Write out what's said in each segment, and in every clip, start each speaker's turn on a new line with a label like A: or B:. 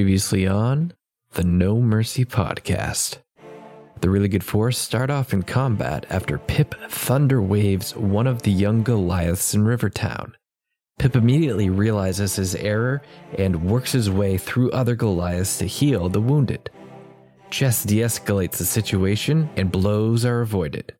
A: Previously on the No Mercy podcast. The really good force start off in combat after Pip thunder waves one of the young Goliaths in Rivertown. Pip immediately realizes his error and works his way through other Goliaths to heal the wounded. Chess de escalates the situation and blows are avoided.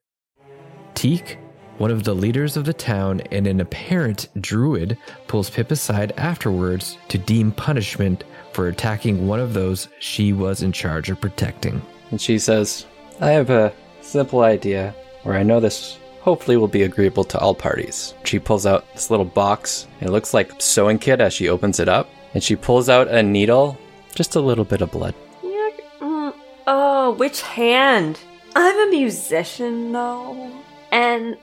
A: Teak, one of the leaders of the town and an apparent druid, pulls Pip aside afterwards to deem punishment for attacking one of those she was in charge of protecting.
B: And she says, I have a simple idea where I know this hopefully will be agreeable to all parties. She pulls out this little box, and it looks like sewing kit as she opens it up, and she pulls out a needle, just a little bit of blood.
C: Yeah, mm, oh, which hand? I'm a musician though. And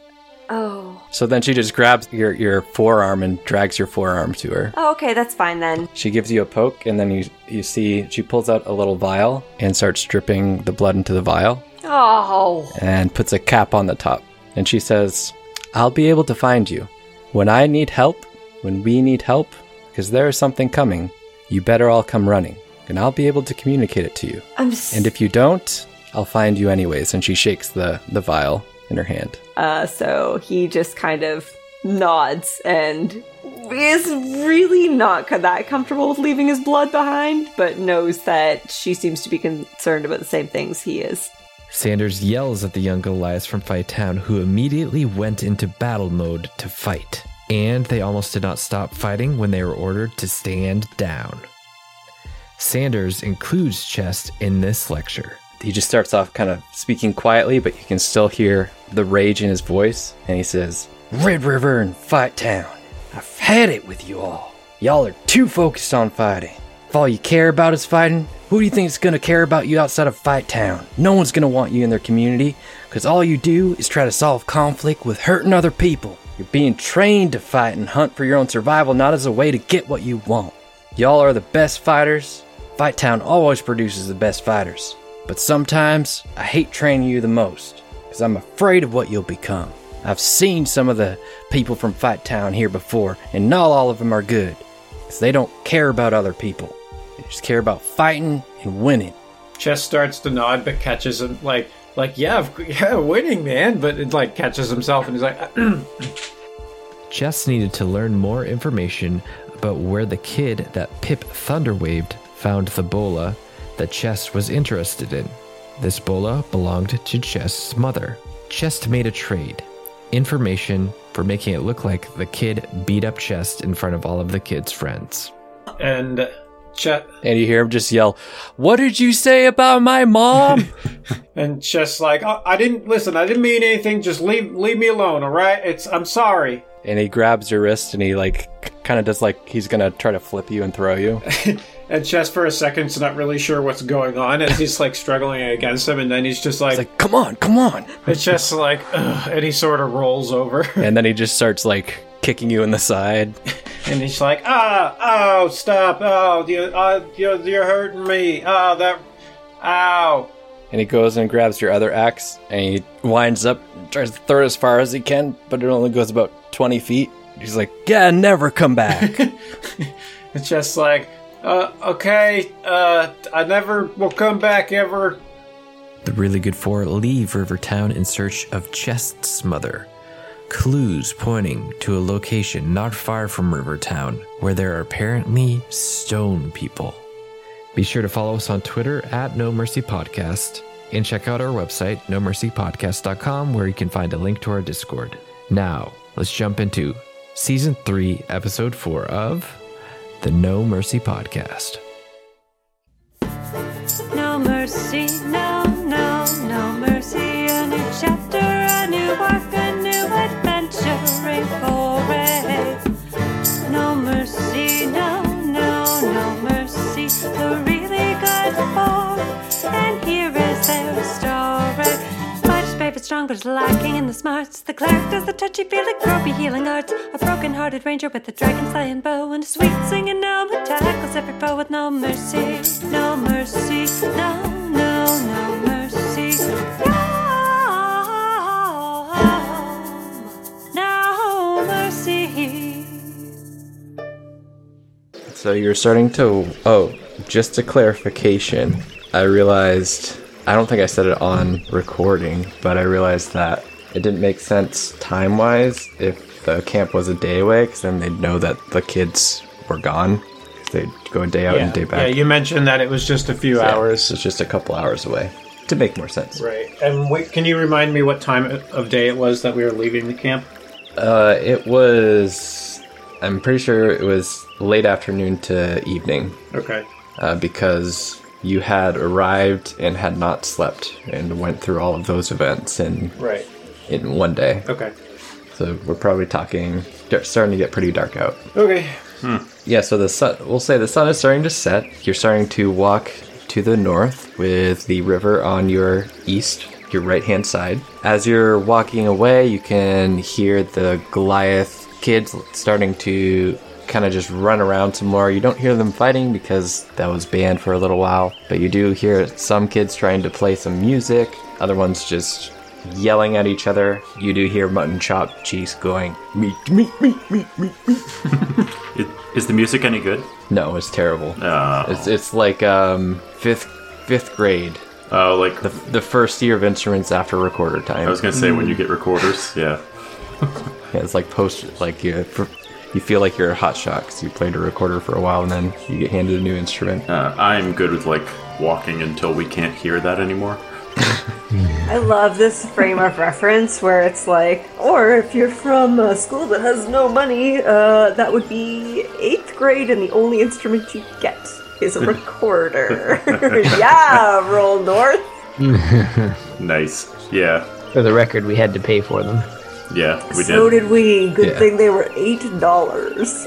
C: oh.
B: So then she just grabs your, your forearm and drags your forearm to her.
C: oh, okay, that's fine then.
B: She gives you a poke, and then you, you see she pulls out a little vial and starts dripping the blood into the vial.
C: Oh,
B: and puts a cap on the top. And she says, I'll be able to find you. When I need help, when we need help, because there is something coming, you better all come running, and I'll be able to communicate it to you.
C: I'm. S-
B: And if you don't, I'll find you anyways. And she shakes the, the vial in her hand.
C: uh, so he just kind of nods and is really not co- that comfortable with leaving his blood behind, but knows that she seems to be concerned about the same things he is.
A: Sanders yells at the young Goliaths from Fight Town, who immediately went into battle mode to fight. And they almost did not stop fighting when they were ordered to stand down. Sanders includes Chest in this lecture.
B: He just starts off kind of speaking quietly, but you can still hear the rage in his voice. And he says, Red River and Fight Town, I've had it with you all. Y'all are too focused on fighting. If all you care about is fighting, who do you think is going to care about you outside of Fight Town? No one's going to want you in their community because all you do is try to solve conflict with hurting other people. You're being trained to fight and hunt for your own survival, not as a way to get what you want. Y'all are the best fighters. Fight Town always produces the best fighters. But sometimes I hate training you the most because I'm afraid of what you'll become. I've seen some of the people from Fight Town here before, and not all of them are good because they don't care about other people. They just care about fighting and winning.
D: Chess starts to nod, but catches him like, like yeah, of cou- yeah, winning, man. But it like catches himself, and he's like,
A: Chess needed to learn more information about where the kid that Pip thunderwaved found the bola that Chest was interested in. This bola belonged to Chest's mother. Chest made a trade, information for making it look like the kid beat up Chest in front of all of the kid's friends.
D: and uh, Chet
B: And you hear him just yell, What did you say about my mom?
D: and Chess like, I, I didn't listen. I didn't mean anything. Just leave, leave me alone. All right. It's I'm sorry.
B: and he grabs your wrist and he, like, kind of does like he's gonna try to flip you and throw you.
D: And Chess for a second is not really sure what's going on as he's like struggling against him, and then he's just like,
B: He's like, Come on, come on.
D: and Chess like, Ugh, and he sort of rolls over,
B: And then he just starts like kicking you in the side.
D: and he's like, ah, oh, stop, oh, you, uh, you, you're hurting me, oh, that, ow.
B: And he goes and grabs your other axe and he winds up, tries to throw it as far as he can, but it only goes about 20 feet. He's like, Yeah, never come back.
D: It's just like, uh, okay, uh, I never will come back ever.
A: The really good four leave Rivertown in search of Chest's mother. Clues pointing to a location not far from Rivertown where there are apparently stone people. Be sure to follow us on Twitter at No Mercy Podcast and check out our website, nomercypodcast.com, where you can find a link to our Discord. Now, let's jump into Season 3, Episode 4 of the No Mercy Podcast.
E: No mercy, no, no, no mercy. A new chapter, a new arc, a new adventuring foray. No mercy, no, no, no mercy. The really good four, and here is their story. Much brave but stronger's lacking in the smarts. The cleric does the touchy feely gropey healing arts. A broken-hearted ranger with a dragon slaying bow and a sweet singing gnome who tackles every foe with no mercy, no mercy, no, no, no mercy. No, no mercy.
B: so you're starting to. Oh, just a clarification. I realized, I don't think I said it on recording, but I realized that it didn't make sense time wise if the camp was a day away, because then they'd know that the kids were gone. 'cause They'd go a day out
D: Yeah,
B: and day
D: yeah,
B: back.
D: you mentioned that it was just a few
B: Yeah,
D: hours.
B: It's just a couple hours away to make more sense.
D: Right. And wait, can you remind me what time of day it was that we were leaving the camp?
B: Uh, it was. I'm pretty sure it was late afternoon to evening
D: Okay.
B: uh, because you had arrived and had not slept and went through all of those events in
D: Right.
B: in one day.
D: Okay.
B: So we're probably talking it's starting to get pretty dark out.
D: Okay.
B: Yeah. So the sun. We'll say the sun is starting to set. You're starting to walk to the north with the river on your east. Your right hand side. As you're walking away, you can hear the Goliath kids starting to kind of just run around some more. You don't hear them fighting because that was banned for a little while, but you do hear some kids trying to play some music, other ones just yelling at each other. You do hear Mutton Chop Cheese going, meat, meat, meat, meat, meat, meat.
F: Is, is the music any good?
B: No, it's terrible.
F: Oh.
B: It's it's like um fifth fifth grade,
F: Oh, like
B: the the first year of instruments after recorder time.
F: I was gonna say when
G: Mm.
F: you get recorders. Yeah.
B: Yeah, it's like post like you you feel like you're a hot shot 'cause you played a recorder for a while and then you get handed a new instrument.
F: Uh, I'm good with like walking until we can't hear that anymore.
C: I love this frame of reference where it's like, or if you're from a school that has no money, uh, that would be eighth grade, and the only instrument you get is a recorder. yeah, roll north.
F: Nice. Yeah.
G: For the record, we had to pay for them.
F: Yeah. We
C: so
F: did.
C: did we. Good
B: Yeah.
C: thing they were eight dollars.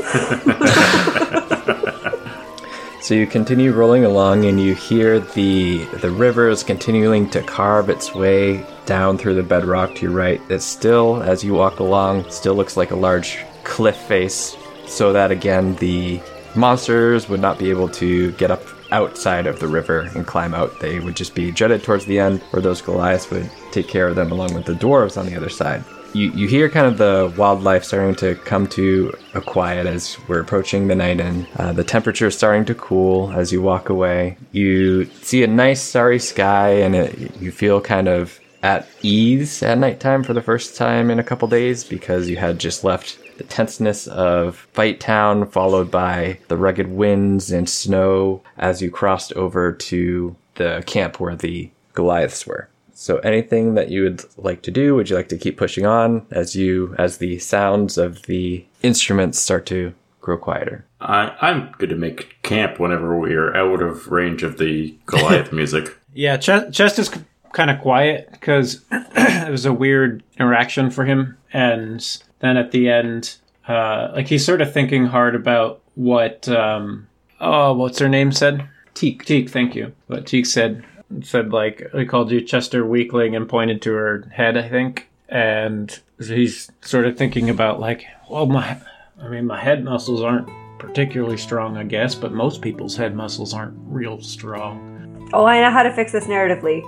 B: So you continue rolling along and you hear the the river is continuing to carve its way down through the bedrock to your right. It still, as you walk along, still looks like a large cliff face, so that again the monsters would not be able to get up outside of the river and climb out. They would just be jetted towards the end where those Goliaths would take care of them along with the dwarves on the other side. You, you hear kind of the wildlife starting to come to a quiet as we're approaching the night and uh, the temperature is starting to cool as you walk away. You see a nice starry sky and it, you feel kind of at ease at nighttime for the first time in a couple days because you had just left the tenseness of Fight Town, followed by the rugged winds and snow as you crossed over to the camp where the Goliaths were. So, anything that you would like to do? Would you like to keep pushing on as you as the sounds of the instruments start to grow quieter?
F: I, I'm good to make camp whenever we're out of range of the Goliath music.
D: Yeah, Ch- Chest is kind of quiet because it was a weird interaction for him. And then at the end, uh, like he's sort of thinking hard about what, um, oh, what's her name said? Teak. Teak, thank you. What Teak said, said like, I called you Chester Weakling and pointed to her head, I think. And he's sort of thinking about like, well, my, I mean, my head muscles aren't particularly strong, I guess, but most people's head muscles aren't real strong.
H: Oh, I know how to fix this narratively.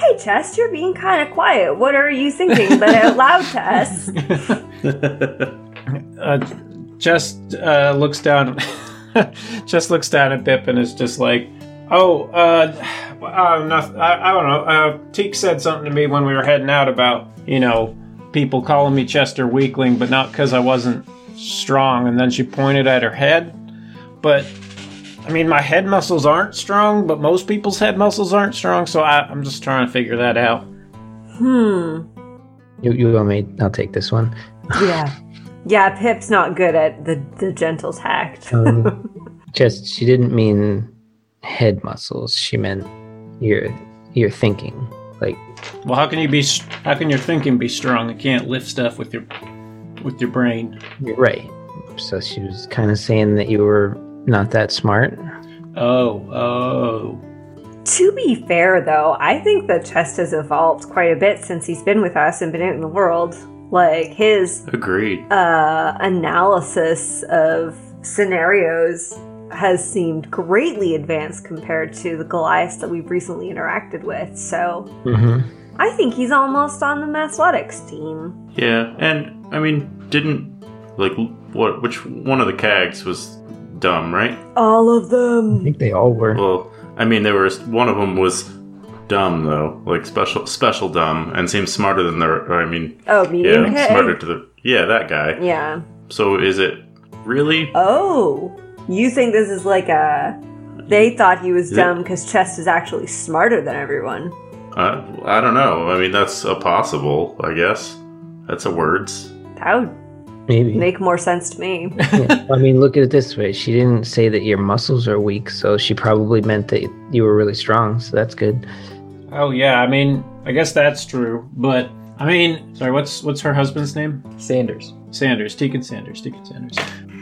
H: Hey, Chest, you're being kind of quiet. What are you thinking? Let it out loud to us.
D: uh, just uh, looks down just looks down at Bip and is just like oh uh, uh nothing, I, I don't know uh, Teek said something to me when we were heading out about you know people calling me Chester Weakling but not because I wasn't strong and then she pointed at her head but I mean my head muscles aren't strong but most people's head muscles aren't strong so I, I'm just trying to figure that out
G: You, you want me? I'll take this one.
H: yeah. Yeah, Pip's not good at the, the gentle tact.
G: Um, just she didn't mean head muscles. She meant your your thinking. Like
D: well how can you be st- how can your thinking be strong you can't lift stuff with your with your brain
G: you're right. So she was kind of saying that you were not that smart.
D: Oh, oh.
H: to be fair, though, I think that Chest has evolved quite a bit since he's been with us and been out in the world. Like, his
F: Agreed.
H: uh, analysis of scenarios has seemed greatly advanced compared to the Goliaths that we've recently interacted with. So,
G: Mm-hmm.
H: I think he's almost on the Mathletics team.
F: Yeah, and I mean, didn't like what? Which one of the cags was dumb, right?
H: All of them.
G: I think they all were.
F: Well, I mean, there was one of them was dumb though, like special special dumb, and seems smarter than the. Or, I mean,
H: Oh, me
F: yeah,
H: okay.
F: smarter to the yeah that guy.
H: Yeah.
F: So is it really?
H: Oh, you think this is like a? They thought he was
F: Is it-
H: dumb because Chest is actually smarter than everyone.
F: Uh, I don't know. I mean, that's a possible. I guess that's a words.
H: That would
G: Maybe.
H: make more sense to me.
G: Yeah. I mean, look at it this way. She didn't say that your muscles are weak, so she probably meant that you were really strong. So that's good.
D: Oh yeah, I mean, I guess that's true. But I mean, sorry, what's what's her husband's name?
B: Sanders.
D: Sanders, Deacon Sanders, Deacon Sanders.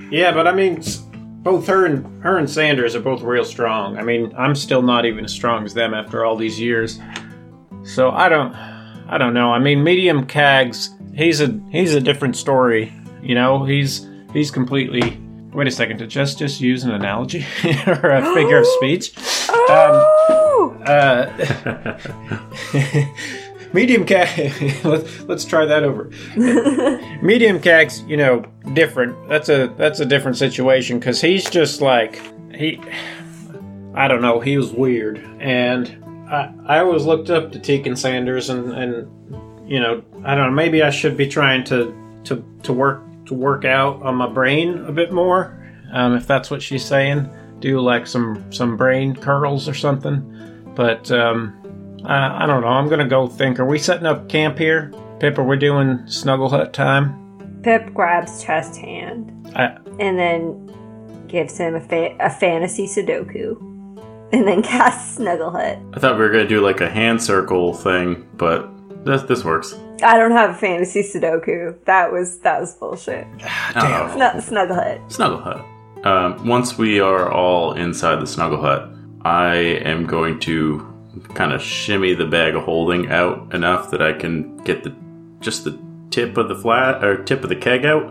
D: Yeah, but I mean, s- both her and her and Sanders are both real strong. I mean, I'm still not even as strong as them after all these years. So I don't, I don't know. I mean, medium Cags, he's a he's a different story. You know, he's he's completely. Wait a second, did just just use an analogy or a figure of speech? Um,
H: Oh,
D: uh, medium cag. let's, let's try that over. medium cags, you know, different. That's a that's a different situation because he's just like he. I don't know. He was weird, and I I always looked up to Tegan Sanders, and and you know I don't know. Maybe I should be trying to to to work to work out on my brain a bit more, um, if that's what she's saying. Do like some some brain curls or something. But um, I, I don't know. I'm gonna go think. Are we setting up camp here, Pip? Are we doing snuggle hut time?
H: Pip grabs Chest's hand
D: I,
H: and then gives him a, fa- a fantasy Sudoku, and then casts Snuggle Hut.
F: I thought we were gonna do like a hand circle thing, but this this works.
H: I don't have a fantasy Sudoku. That was that was bullshit.
F: Damn.
H: Snu- snuggle Hut.
F: Snuggle Hut. Um, once we are all inside the Snuggle Hut, I am going to kind of shimmy the bag of holding out enough that I can get the just the tip of the flat or tip of the keg out.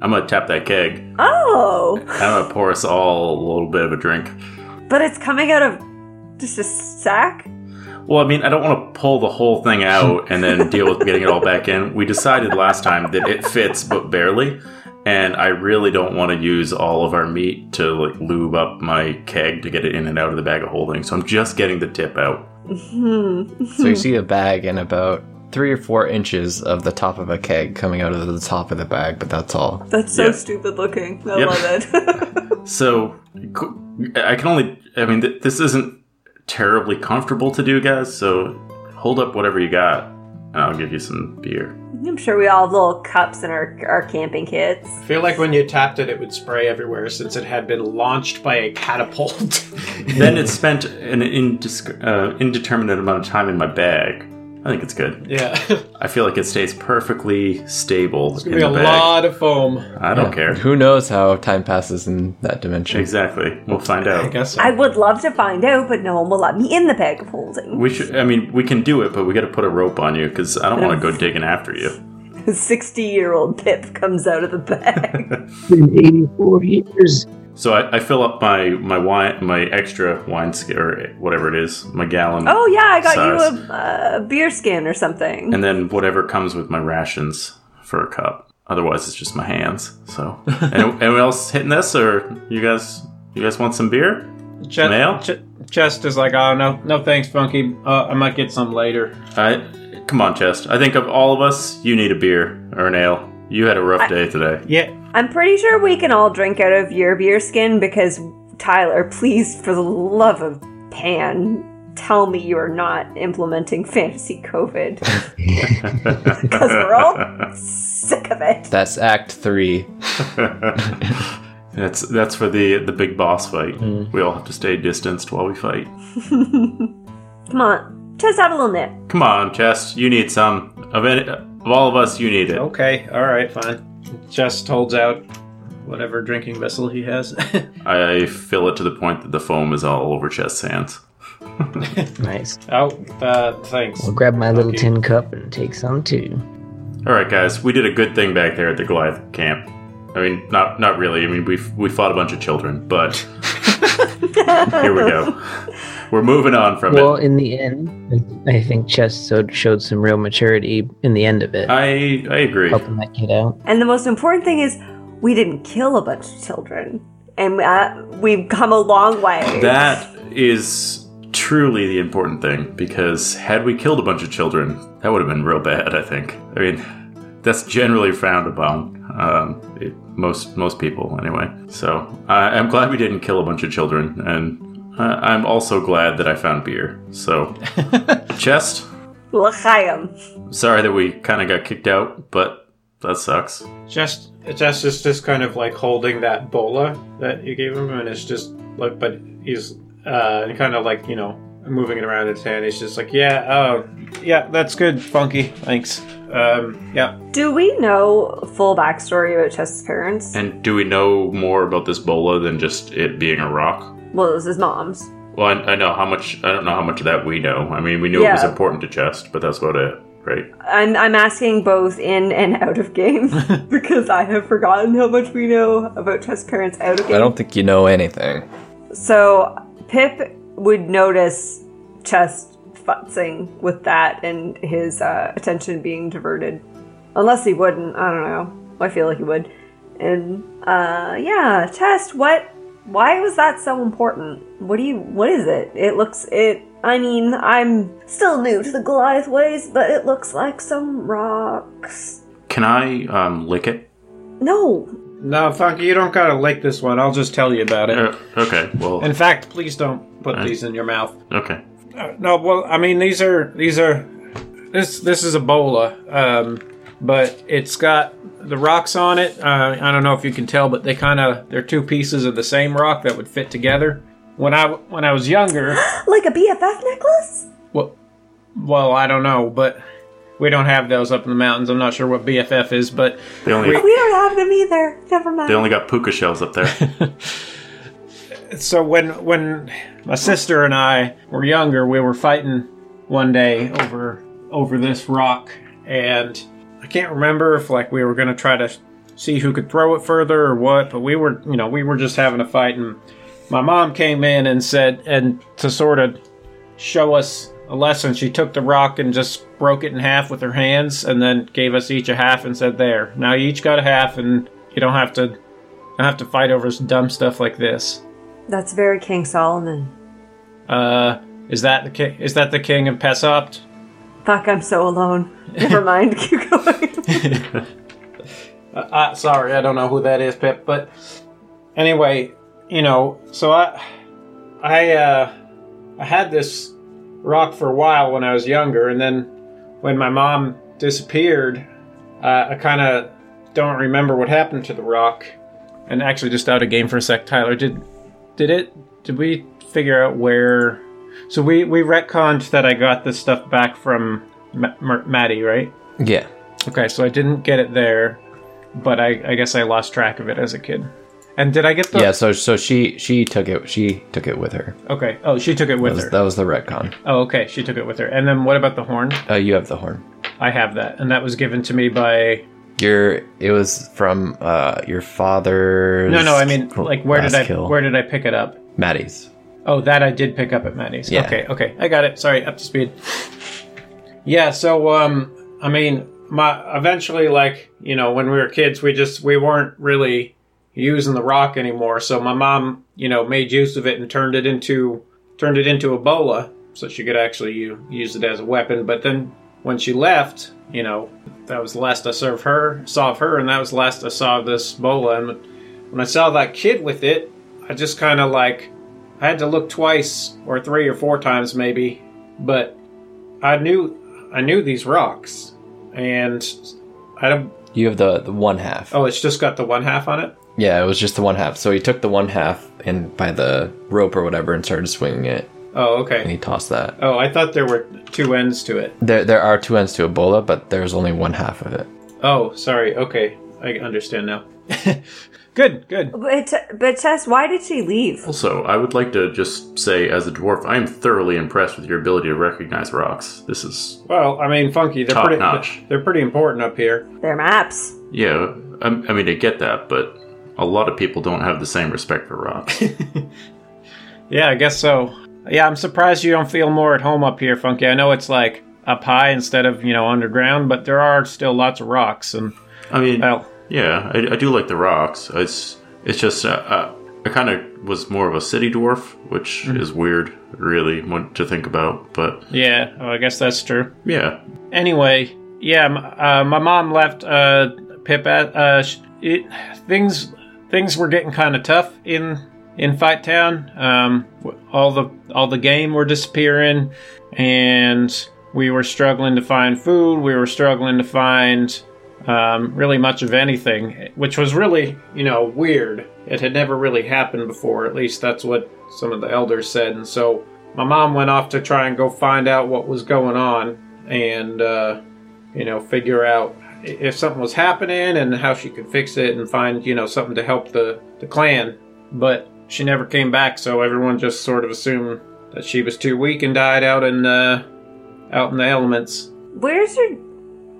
F: I'm gonna tap that keg.
H: Oh,
F: I'm gonna pour us all a little bit of a drink.
H: but it's coming out of just a sack.
F: Well, I mean, I don't want to pull the whole thing out and then deal with getting it all back in. We decided last time that it fits, but barely. And I really don't want to use all of our meat to like lube up my keg to get it in and out of the bag of holding. So I'm just getting the tip out.
H: Hmm.
B: So you see a bag and about three or four inches of the top of a keg coming out of the top of the bag, but that's all.
H: That's so
F: Yep.
H: stupid looking. I
F: Yep.
H: love it.
F: So c- I can only. I mean, th- this isn't terribly comfortable to do, guys. So hold up whatever you got, and I'll give you some beer.
H: I'm sure we all have little cups in our our camping kits.
D: I feel like when you tapped it, it would spray everywhere since it had been launched by a catapult.
F: then it spent an indisc- uh, indeterminate amount of time in my bag. I think it's good.
D: yeah, it's
F: I feel like it stays perfectly stable in
D: gonna be
F: the
D: a
F: bag.
D: lot of foam.
F: I don't care.
B: Who knows how time passes in that dimension?
F: Exactly. We'll find
D: I
F: out.
D: guess so.
H: I would love to find out, but no one will let me in the bag of holding.
F: We should. I mean, we can do it, but we got to put a rope on you because I don't want to go digging after you.
H: Sixty year old Pip comes out of the bag.
G: Been 84 years.
F: So I, I fill up my my wine, my extra wine skin or whatever it is, my gallon,
H: oh yeah, I got
F: Size.
H: you a, a beer skin or something.
F: and then whatever comes with my rations for a cup. Otherwise, it's just my hands. So, anyone, anyone else hitting this, or you guys? You guys want some beer?
D: Chest,
F: Male?
D: Ch- Chest is like, oh no, no thanks, Funky. Uh, I might get some later.
F: I come on, Chest. I think of all of us, you need a beer or an ale. You had a rough day today.
D: Yeah,
H: I'm pretty sure we can all drink out of your beer skin because Tyler, please, for the love of Pan, tell me you are not implementing fantasy COVID because we're all sick of it.
B: That's Act Three.
F: That's that's for the the big boss fight. We all have to stay distanced while we fight.
H: Come on, just have a little nip.
F: Come on, Chest. You need some of any, of all of us. You need it.
D: okay, all right, fine. Chest holds out whatever drinking vessel he has.
F: I fill it to the point that the foam is all over Chest's hands.
G: Nice.
D: oh, uh, thanks.
G: I'll grab my little
D: Okay.
G: tin cup and take some too.
F: All right, guys. We did a good thing back there at the Goliath camp. I mean, not not really. I mean, we we fought a bunch of children, but here we go. We're moving on from
G: Well,
F: it.
G: in the end, I think Chess so- showed some real maturity in the end of it,
F: I I agree.
G: helping that kid out.
H: And the most important thing is, we didn't kill a bunch of children. and uh, we've come a long way.
F: That is truly the important thing because had we killed a bunch of children, that would have been real bad. I think. I mean, that's generally frowned upon. Um, it, most most people, anyway. So I, I'm glad we didn't kill a bunch of children, and I, I'm also glad that I found beer. So, chest.
H: L'chaim.
F: Sorry that we kind of got kicked out, but that sucks.
D: Just Jess is just kind of like holding that bola that you gave him, and it's just like, but he's uh, kind of like you know moving it around his hand. He's just like, yeah, oh, yeah, that's good, Funky, thanks. Um, yeah,
H: Do we know full backstory about Chess's parents?
F: And do we know more about this bola than just it being a rock?
H: Well, it was his mom's.
F: Well, I, I know how much. I don't know how much of that we know. I mean, we knew it was
H: Yeah.
F: important to Chest, but that's about it, right?
H: I'm, I'm asking both in and out of game because I have forgotten how much we know about Chess's parents out of game.
B: I don't think you know anything.
H: So Pip would notice Chest futzing with that and his uh, attention being diverted. Unless he wouldn't, I don't know. I feel like he would. And uh, yeah, Chest, what? Why was that so important? What do you? What is it? It looks it. I mean, I'm still new to the Goliath ways, but it looks like some rocks.
F: Can I um, lick it?
H: No,
D: no, Funky, you don't gotta like this one. I'll just tell you about it.
F: Uh, okay. Well.
D: In fact, please don't put these in your mouth.
F: okay.
D: No, well, I mean these are these are this this is Ebola, um, but it's got the rocks on it. Uh, I don't know if you can tell, but they kind of they're two pieces of the same rock that would fit together. When I when I was younger,
H: like a BFF necklace.
D: well, well, I don't know, but we don't have those up in the mountains. I'm not sure what BFF is, but
F: They only
H: We don't have them either. Never mind.
F: they only got puka shells up there.
D: so when when my sister and I were younger, we were fighting one day over over this rock, and I can't remember if like we were gonna try to see who could throw it further or what, but we were you know we were just having a fight, and my mom came in and said and to sort of show us a lesson, she took the rock and just broke it in half with her hands, and then gave us each a half and said, "There, now you each got a half, and you don't have to." don't have to fight over dumb stuff like this.
H: That's very King Solomon.
D: Uh, is that the ki- is that the king of Pesopt?
H: Fuck, I'm so alone. Never mind, keep going.
D: Uh, uh, sorry, I don't know who that is, Pip. But anyway, you know, so I, I, uh, I had this rock for a while when I was younger, and then when my mom disappeared, uh, I kind of don't remember what happened to the rock. And actually, just out of game for a sec, Tyler, did did it? Did we figure out where? So we we retconned that I got this stuff back from Ma- Mer- Maddie, right?
B: Yeah.
D: Okay, so I didn't get it there, but I, I guess I lost track of it as a kid. And did I get the?
B: Yeah. So so she she took it she took it with her.
D: Okay. Oh, she took it
B: That
D: with
B: was,
D: her.
B: that was the retcon.
D: Oh, okay. She took it with her. And then what about the horn?
B: Uh, you have the horn.
D: I have that, and that was given to me by.
B: Your it was from uh, your father's.
D: No, no. I mean, like, where did
B: last
D: I
B: kill.
D: where did I pick it up?
B: Maddie's?
D: Oh, that I did pick up at Maddie's.
B: Yeah.
D: Okay, okay. I got it. Sorry, up to speed. Yeah, so um I mean, my eventually like, you know, when we were kids, we just we weren't really using the rock anymore. So my mom, you know, made use of it and turned it into turned it into a bola so she could actually u- use it as a weapon, but then when she left, you know, that was the last I served her, saw of her, and that was the last I saw of this bola. And when I saw that kid with it, I just kind of like I had to look twice or three or four times maybe, but I knew I knew these rocks, and I don't.
B: You have the, the one half.
D: Oh, it's just got the one half on it.
B: Yeah, it was just the one half. So he took the one half and by the rope or whatever and started swinging it,
D: Oh,
B: and
D: okay.
B: he tossed that.
D: Oh, I thought there were two ends to it.
B: There there are two ends to Ebola, but there's only one half of it.
D: Oh, sorry. Okay, I understand now. good, good.
H: but, but Chess, why did she leave?
F: Also, I would like to just say, as a dwarf, I am thoroughly impressed with your ability to recognize rocks. This is
D: Well, I mean, funky. They're
F: Top
D: pretty.
F: notch.
D: They're pretty important up here.
H: Their maps.
F: yeah. I, I mean, I get that, but a lot of people don't have the same respect for rocks.
D: Yeah, I guess so. Yeah, I'm surprised you don't feel more at home up here, Funky. I know it's like up high instead of you know underground, but there are still lots of rocks, and
F: I mean,
D: well,
F: yeah, I, I do like the rocks. It's it's just uh, uh, I kind of was more of a city dwarf, which is weird, really, when, to think about. But
D: Yeah, well, I guess that's true.
F: yeah,
D: anyway, yeah, m- uh, my mom left uh, Pip at uh, sh- it, things. Things were getting kind of tough in in Fight Town. Um, w- all the all the game were disappearing, and we were struggling to find food. We were struggling to find um, really much of anything, which was really you know weird. It had never really happened before. At least that's what some of the elders said, and so my mom went off to try and go find out what was going on and uh, you know figure out i- if something was happening and how she could fix it and find you know something to help the the clan but she never came back so everyone just sort of assumed that she was too weak and died out in uh, out in the elements
H: Where's your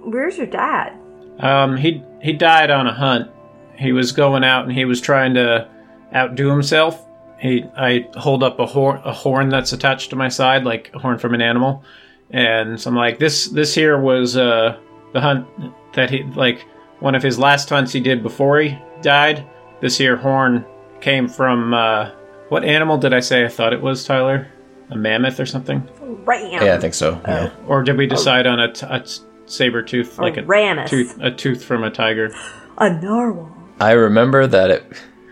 H: Where's your dad?
D: um, he he died on a hunt he was going out and he was trying to outdo himself he i hold up a horn a horn that's attached to my side like a horn from an animal and so I'm like, this this here was uh, the hunt that he like one of his last hunts he did before he died. This here horn came from uh, what animal did I say I thought it was Tyler? A mammoth or something?
H: Ram.
D: Oh.
B: Yeah, I think so. Yeah.
D: Or did we decide on a, t- a saber tooth like a
H: Uranus.
D: tooth a tooth from a tiger?
H: A narwhal.
B: I remember that it,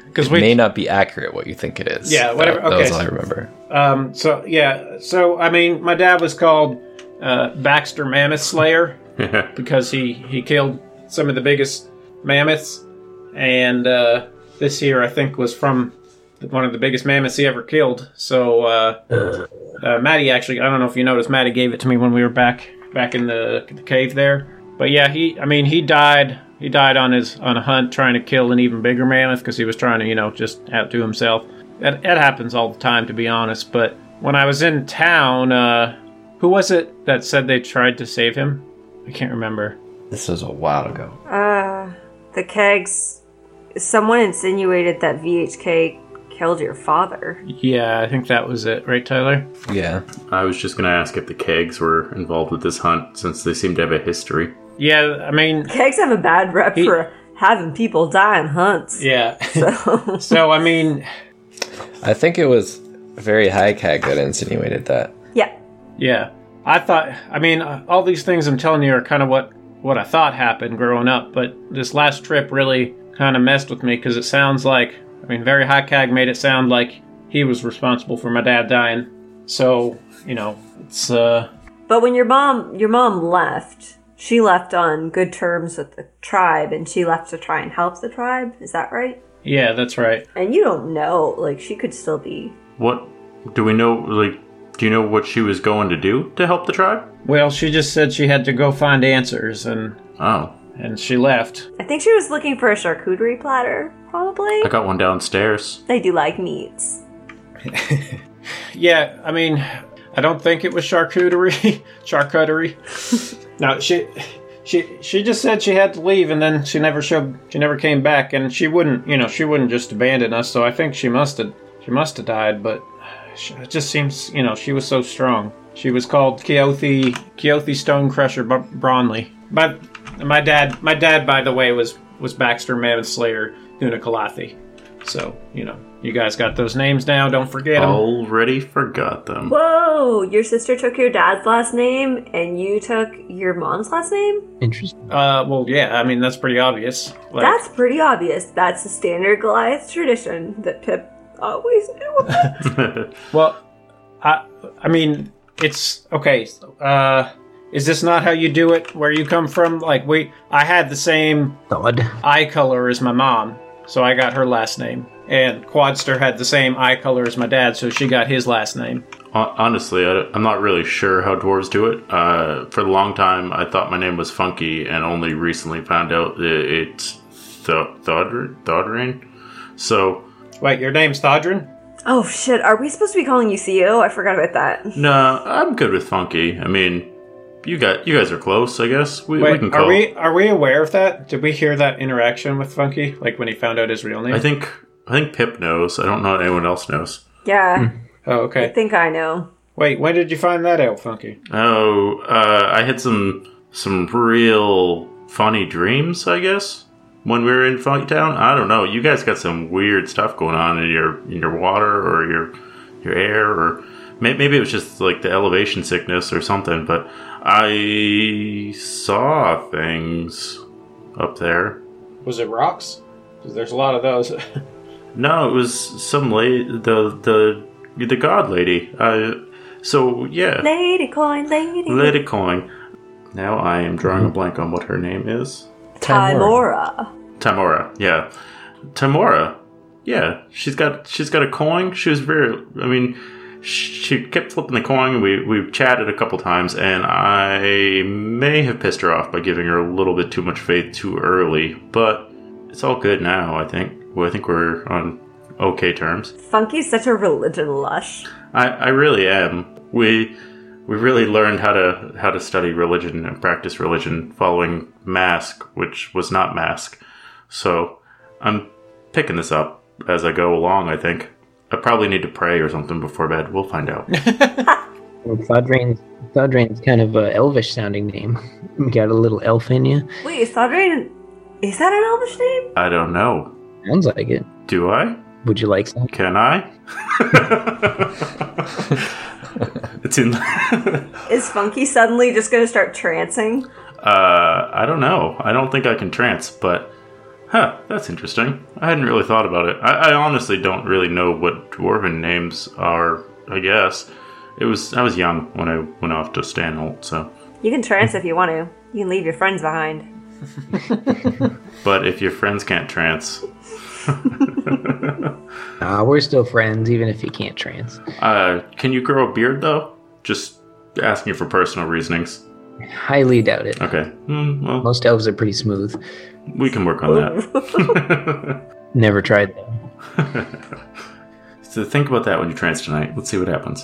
D: Because
B: it may not be accurate what you think it is.
D: Yeah, whatever-
B: That, that was all
D: okay.
B: I remember.
D: Um, so yeah, so I mean, my dad was called uh, Baxter Mammoth Slayer because he he killed some of the biggest mammoths, and uh, this year I think was from one of the biggest mammoths he ever killed. So uh, uh, Maddie actually, I don't know if you noticed, Maddie gave it to me when we were back back in the, the cave there. But yeah, he, I mean, he died. He died on his on a hunt trying to kill an even bigger mammoth because he was trying to, you know, just outdo himself. That, that happens all the time, to be honest. But when I was in town, uh, who was it that said they tried to save him? I can't remember.
B: This was a while ago.
H: Uh, the kegs. Someone insinuated that VHK killed your father.
D: Yeah, I think that was it, right, Tyler?
B: Yeah.
F: I was just going to ask if the kegs were involved with this hunt since they seem to have a history.
D: Yeah, I mean,
H: Kegs have a bad rep
D: He-
H: for having people die in hunts.
D: yeah.
H: So
D: so I mean,
B: I think it was very high cat that insinuated that.
H: yeah,
D: Yeah, I thought. I mean, uh, all these things I'm telling you are kind of what what I thought happened growing up, but this last trip really kind of messed with me because it sounds like. I mean, very high cag made it sound like he was responsible for my dad dying. So you know, it's uh,
H: but when your mom your mom left, she left on good terms with the tribe, and she left to try and help the tribe. Is that right?
D: yeah, that's right.
H: And you don't know, like she could still be.
F: What do we know? Like, do you know what she was going to do to help the tribe?
D: Well, she just said she had to go find answers, and
F: Oh,
D: and she left.
H: I think she was looking for a charcuterie platter, probably.
F: I got one downstairs.
H: They do like meats.
D: Yeah, I mean, I don't think it was charcuterie. charcuterie. no, she, she, she just said she had to leave, and then she never showed. She never came back, and she wouldn't. You know, she wouldn't just abandon us. So I think she must have. She must have died, but she, it just seems. You know, she was so strong. She was called Keothi Keothi Stone Crusher Br- Bronley. But my dad, my dad, by the way, was was Baxter Mammoth Slayer Dunakalathi. So you know, you guys got those names now. Don't forget
F: Oh,
D: them.
F: Already forgot them.
H: Whoa! Your sister took your dad's last name, and you took your mom's last name.
G: Interesting.
D: Uh, well, yeah. I mean, that's pretty obvious. Like,
H: That's pretty obvious. That's a standard Goliath tradition that Pip always knew. About.
D: well, I, I mean, it's okay. so, Uh, is this not how you do it where you come from? Like, we, I had the same
G: Thud.
D: eye color as my mom, so I got her last name. And Quadster had the same eye color as my dad, so she got his last name.
F: Hon- Honestly, I, I'm not really sure how dwarves do it. Uh, for a long time, I thought my name was Funky, and only recently found out that it's Th- Thodrin. Thodrin. So,
D: Wait, your name's Thodrin?
H: oh shit! Are we supposed to be calling you Theo? I forgot about that.
F: nah, I'm good with Funky. I mean, you got you guys are close, I guess. We, we
D: Wait,
F: can call.
D: are we are we aware of that? Did we hear that interaction with Funky? Like when he found out his real name?
F: I think I think Pip knows. I don't know if anyone else knows.
H: Yeah,
D: oh,
H: I
D: okay.
H: think I know.
D: Wait, when did you find that out, Funky?
F: Oh, uh, I had some some real funny dreams, I guess. when we were in Funky Town. I don't know. You guys got some weird stuff going on in your in your water or your your air or may- maybe it was just like the elevation sickness or something. But I saw things up there.
D: Was it rocks? 'Cause there's a lot of those.
F: No, it was some lady, the the the god lady. Uh, so yeah,
H: Lady coin, lady.
F: Lady Coin. Now I am drawing a blank on what her name is.
H: Timora.
F: Tamora. Yeah, Tamora. Yeah, she's got she's got a coin. She was very. I mean, she kept flipping the coin. We we chatted a couple times, and I may have pissed her off by giving her a little bit too much faith too early. But it's all good now. I think. Well, I think we're on okay terms.
H: Funky's such a religion lush.
F: I, I really am. We we really learned how to how to study religion and practice religion following Mask, which was not Mask. So I'm picking this up as I go along. I think I probably need to pray or something before bed. We'll find out.
G: Well, Thodrain's, Thodrain's kind of a elvish sounding name. You got a little elf in you.
H: Wait, is Thodrain. Is that an elvish name?
F: I don't know.
G: Sounds like it.
F: Do I?
G: Would you like some?
F: Can I? it's in.
H: Is Funky suddenly just gonna start trancing?
F: Uh, I don't know. I don't think I can trance, but huh, that's interesting. I hadn't really thought about it. I, I honestly don't really know what dwarven names are. I guess it was I was young when I went off to Stanholt, so.
H: You can trance if you want to. You can leave your friends behind.
F: But if your friends can't trance,
G: Nah, Ah, we're still friends, even if you can't trans.
F: uh, can you grow a beard though? Just asking for personal reasonings.
G: Highly doubt it.
F: Okay. Hmm, well,
G: Most elves are pretty smooth.
F: we can work on that.
G: Never tried them.
F: So think about that when you trance tonight. Let's see what happens.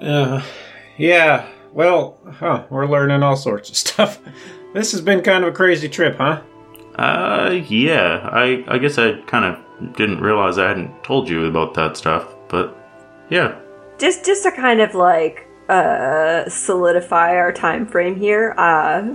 D: Uh, yeah. Well, huh, we're learning all sorts of stuff. This has been kind of a crazy trip, huh?
F: Uh, yeah. I I guess I kind of didn't realize I hadn't told you about that stuff, but yeah.
H: Just just to kind of like uh solidify our time frame here, uh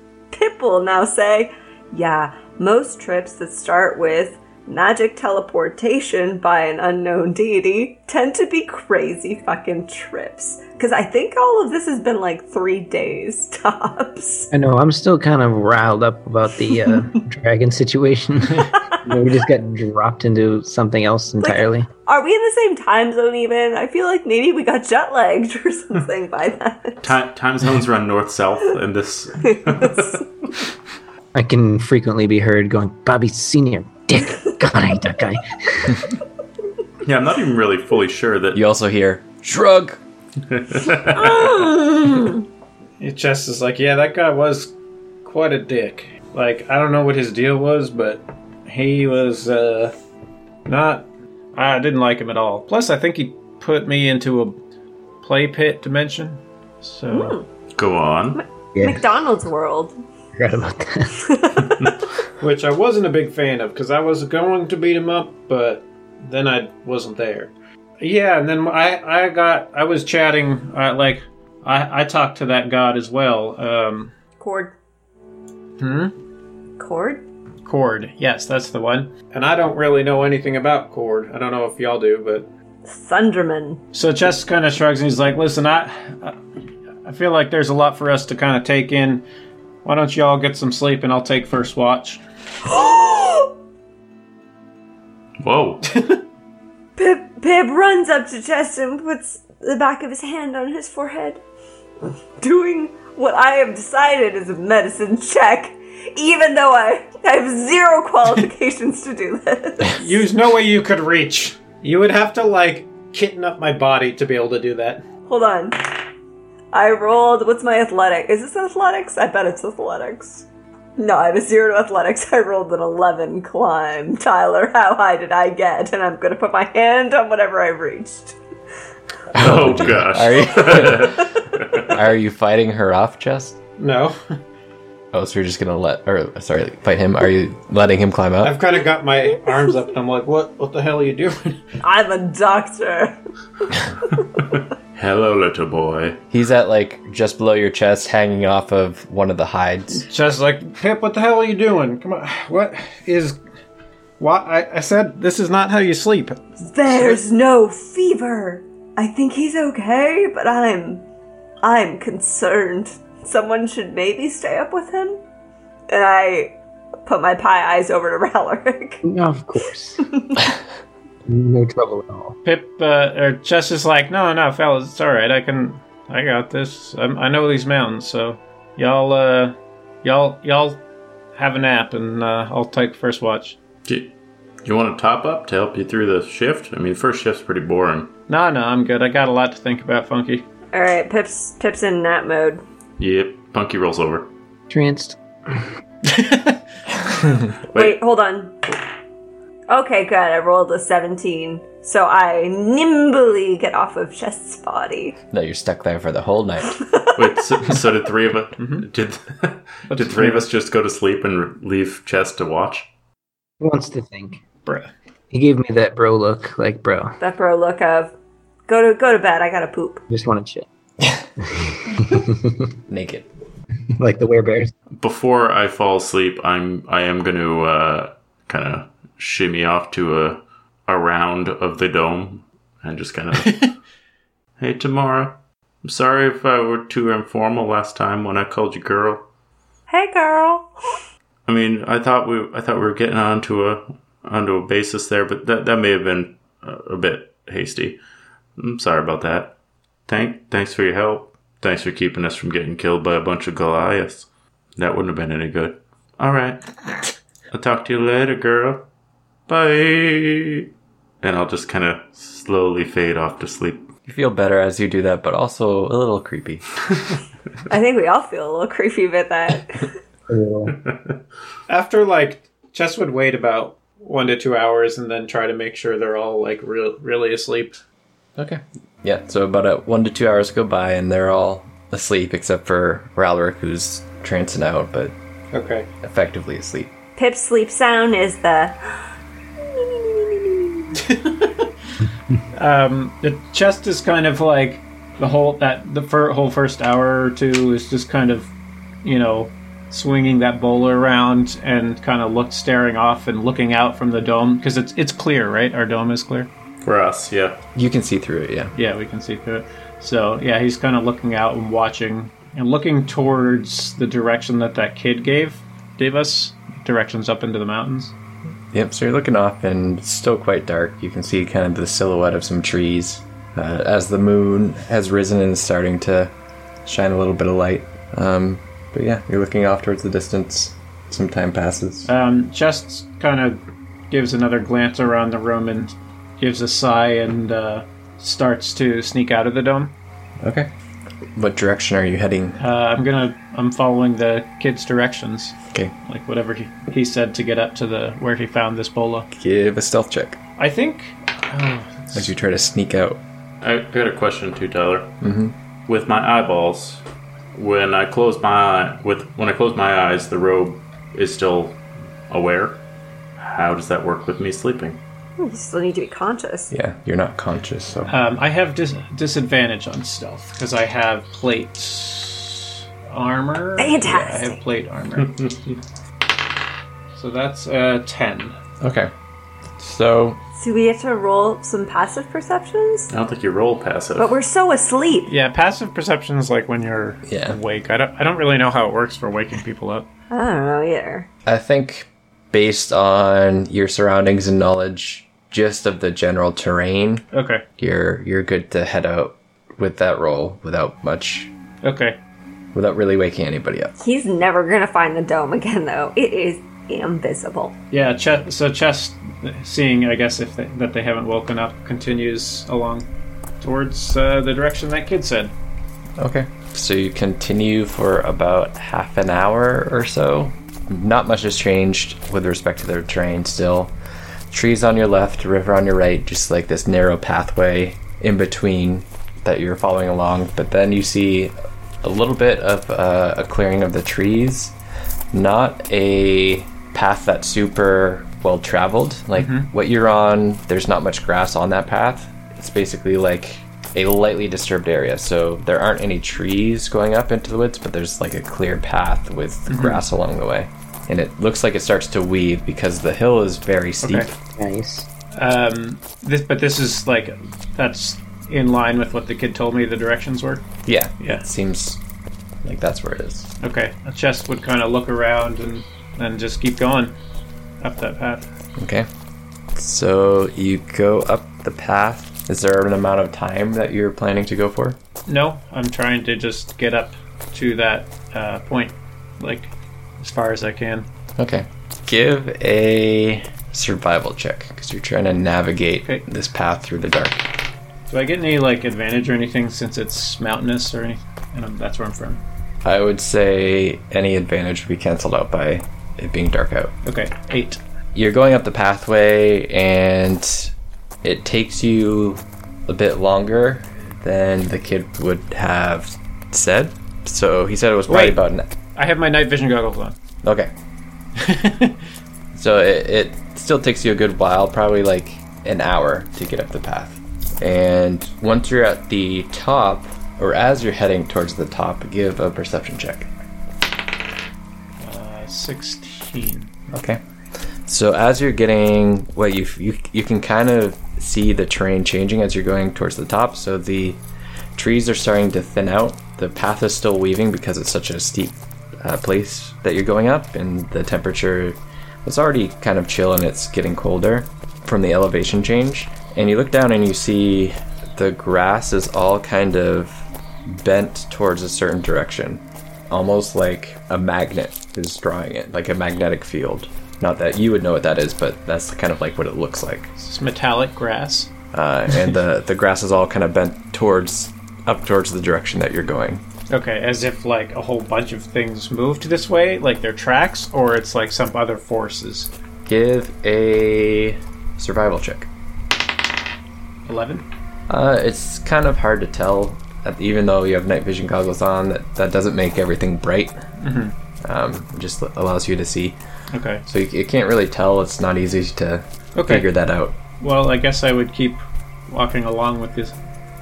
H: Pip will now say, yeah, most trips that start with magic teleportation by an unknown deity tend to be crazy fucking trips. Cause I think all of this has been like three days tops.
G: I know, I'm still kind of riled up about the uh, dragon situation. You know, we just got dropped into something else entirely.
H: Are we in the same time zone even? I feel like maybe we got jet lagged or something by that.
F: Time, time zones run north south, and this.
G: I can frequently be heard going, Bobby Sr., dick. God, I hate that guy.
F: Yeah, I'm not even really fully sure that.
B: You also hear, shrug.
D: Your chest is like, yeah, that guy was quite a dick. Like, I don't know what his deal was, but he was, uh, not. I didn't like him at all. Plus, I think he put me into a play pit dimension. So,
F: Go on.
G: Yeah,
H: McDonald's World.
G: forgot about that.
D: which I wasn't a big fan of because I was going to beat him up, but then I wasn't there. Yeah, and then I I got I was chatting uh, like I I talked to that god as well. Um,
H: Cord.
D: hmm?
H: Cord?
D: Cord. Yes, that's the one. And I don't really know anything about Cord. I don't know if y'all do, but
H: Thunderman.
D: so Chess kind of shrugs and he's like, "Listen, I I feel like there's a lot for us to kind of take in. Why don't y'all get some sleep and I'll take first watch."
F: Whoa.
H: Pip, Pip runs up to Chest and puts the back of his hand on his forehead, doing what I have decided is a medicine check, even though I, I have zero qualifications to do this.
D: There's no way you could reach. You would have to like kitten up my body to be able to do that.
H: Hold on. I rolled. What's my athletic? Is this athletics? I bet it's athletics. No, I have a zero to athletics. I rolled an 11 climb. Tyler, how high did I get? And I'm going to put my hand on whatever I reached.
F: oh gosh.
B: Are you are you fighting her off, Just?
D: No,
B: Oh, so you're just gonna let, or sorry, fight him? Are you letting him climb up?
D: I've kind of got my arms up and I'm like, "What? What the hell are you doing?"
H: I'm a doctor.
F: Hello, little boy.
B: He's at like just below your chest, hanging off of one of the hides.
D: Just like, Pip, what the hell are you doing? Come on, what is? Why I, I said this is not how you sleep.
H: There's no fever. I think he's okay, but I'm I'm concerned. Someone should maybe stay up with him. And I put my pie eyes over to Ralaric.
G: Of course. no trouble at all.
D: Pip uh, or Jess is like, no, no, fellas, it's all right. I can, I got this. i I know these mountains, so y'all, uh, y'all, y'all have a nap, and uh, I'll take first watch.
F: Do you want a top up to help you through the shift? I mean, first shift's pretty boring.
D: No, no, I'm good. I got a lot to think about, Funky.
H: All right, Pips Pips in nap mode.
F: Yep. Punky rolls over.
G: Tranced.
H: Wait, hold on. Okay, good. I rolled a 17. So I nimbly get off of Chest's body.
B: That you're stuck there for the whole night.
F: Wait, so, so did three of us?
B: Mm-hmm.
F: Did did three of us just go to sleep and leave Chess to watch?
G: He wants to think.
D: Bruh.
G: He gave me that bro look, like bro,
H: That bro look of go to go to bed. I gotta poop.
G: just want to chill,
B: Naked.
G: like the bears.
F: Before I fall asleep, I'm I am going to uh, kind of shimmy off to a a round of the dome and just kind of. hey, Tamara. I'm sorry if I were too informal last time when I called you girl.
H: Hey, girl.
F: I mean, I thought we I thought we were getting onto a onto a basis there, but that that may have been a, a bit hasty. I'm sorry about that. Thank thanks for your help. Thanks for keeping us from getting killed by a bunch of Goliaths. That wouldn't have been any good. All right. I'll talk to you later, girl. Bye. And I'll just kind of slowly fade off to sleep.
B: You feel better as you do that, but also a little creepy.
H: I think we all feel a little creepy about that.
D: After like, Jess would wait about one to two hours, and then try to make sure they're all like real, really asleep.
B: Okay. Yeah, so about uh one to two hours go by and they're all asleep except for Ralric who's trancing out, but
D: Okay.
B: effectively asleep.
H: Pip's sleep sound is the
D: um, the chest is kind of like the whole that the fir- whole first hour or two is just kind of you know swinging that bowler around and kind of look staring off and looking out from the dome because it's it's clear right our dome is clear
F: For us, yeah.
B: You can see through it, yeah.
D: yeah we can see through it so yeah he's kind of looking out and watching and looking towards the direction that that kid gave gave us directions up into the mountains
B: Yep, so you're looking off and it's still quite dark. You can see kind of the silhouette of some trees uh, as the moon has risen and is starting to shine a little bit of light. Um, but yeah, you're looking off towards the distance. Some time passes.
D: Um, just kind of gives another glance around the room and gives a sigh and uh, starts to sneak out of the dome.
B: Okay. What direction are you heading?
D: Uh, I'm gonna, I'm following the kid's directions,
B: Okay,
D: like whatever he, he said to get up to the where he found this bola.
B: give a stealth check
D: I think.
B: as you try to sneak out.
F: I got a question too, Tyler. Mm-hmm. With my eyeballs, when I close my eye, with when I close my eyes, the robe is still aware. How does that work with me sleeping?
H: you still need to be conscious.
B: Yeah, you're not conscious, so.
D: Um, I have dis- disadvantage on stealth because I have plate armor. Yeah, I have
H: Fantastic.
D: plate armor. so that's uh, ten.
B: Okay. So,
H: So we have to roll some passive perceptions.
F: I don't think you roll passive.
H: But we're so asleep.
D: Yeah, passive perception is like when you're
B: Yeah.
D: awake. I don't, I don't really know how it works for waking people up.
H: I don't know either.
B: I think based on your surroundings and knowledge just of the general terrain,
D: Okay.
B: you're you're good to head out with that roll without much
D: Okay.
B: without really waking anybody up.
H: He's never gonna find the dome again, though. It is invisible.
D: Yeah. Ch- so Chest, seeing I guess if they, that they haven't woken up, continues along towards uh, the direction that kid said.
B: Okay. So you continue for about half an hour or so. Not much has changed with respect to the terrain still. Trees on your left, river on your right, just like this narrow pathway in between that you're following along. But then you see a little bit of uh, a clearing of the trees. Not a path that's super well traveled. Like what you're on, there's not much grass on that path. It's basically like a lightly disturbed area. So there aren't any trees going up into the woods, but there's like a clear path with grass along the way. And it looks like it starts to weave because the hill is very steep.
I: Okay.
G: Nice.
I: Um,
D: This, but this is like that's in line with what the kid told me the directions were.
B: Yeah.
D: Yeah.
B: It seems like that's where it is.
D: Okay, a chest would kind of look around and and just keep going up that path.
B: Okay. So you go up the path. Is there an amount of time that you're planning to go for?
D: No, I'm trying to just get up to that uh, point, like as far as I can.
B: Okay. Give a survival check because you're trying to navigate
D: Okay.
B: this path through the dark.
D: Do I get any like advantage or anything since it's mountainous or anything? And I'm, that's where I'm from.
B: I would say any advantage would be canceled out by it being dark out.
D: Okay, eight.
B: You're going up the pathway and it takes you a bit longer than the kid would have said. So he said it was probably
D: Wait.
B: about an
D: I have my night vision goggles on.
B: Okay. so it, it still takes you a good while, probably like an hour to get up the path. And once you're at the top, or as you're heading towards the top, give a perception check.
D: Uh, Sixteen.
B: Okay. So as you're getting, well, you, you you can kind of see the terrain changing as you're going towards the top. So the trees are starting to thin out. The path is still weaving because it's such a steep uh, place that you're going up, and the temperature was already kind of chill, and it's getting colder from the elevation change. And you look down and you see the grass is all kind of bent towards a certain direction almost like a magnet is drawing it, like a magnetic field. Not that you would know what that is, but that's kind of like what it looks like.
D: It's metallic grass.
B: Uh, and the the grass is all kind of bent towards up towards the direction that you're going.
D: Okay, as if like a whole bunch of things moved this way, like their tracks, or it's like some other forces.
B: Give a survival check.
D: Eleven.
B: Uh, it's kind of hard to tell, uh, even though you have night vision goggles on. That that doesn't make everything bright. Um, it just allows you to see.
D: Okay.
B: So you, you can't really tell. It's not easy to
D: Okay.
B: figure that out.
D: Well, I guess I would keep walking along with this.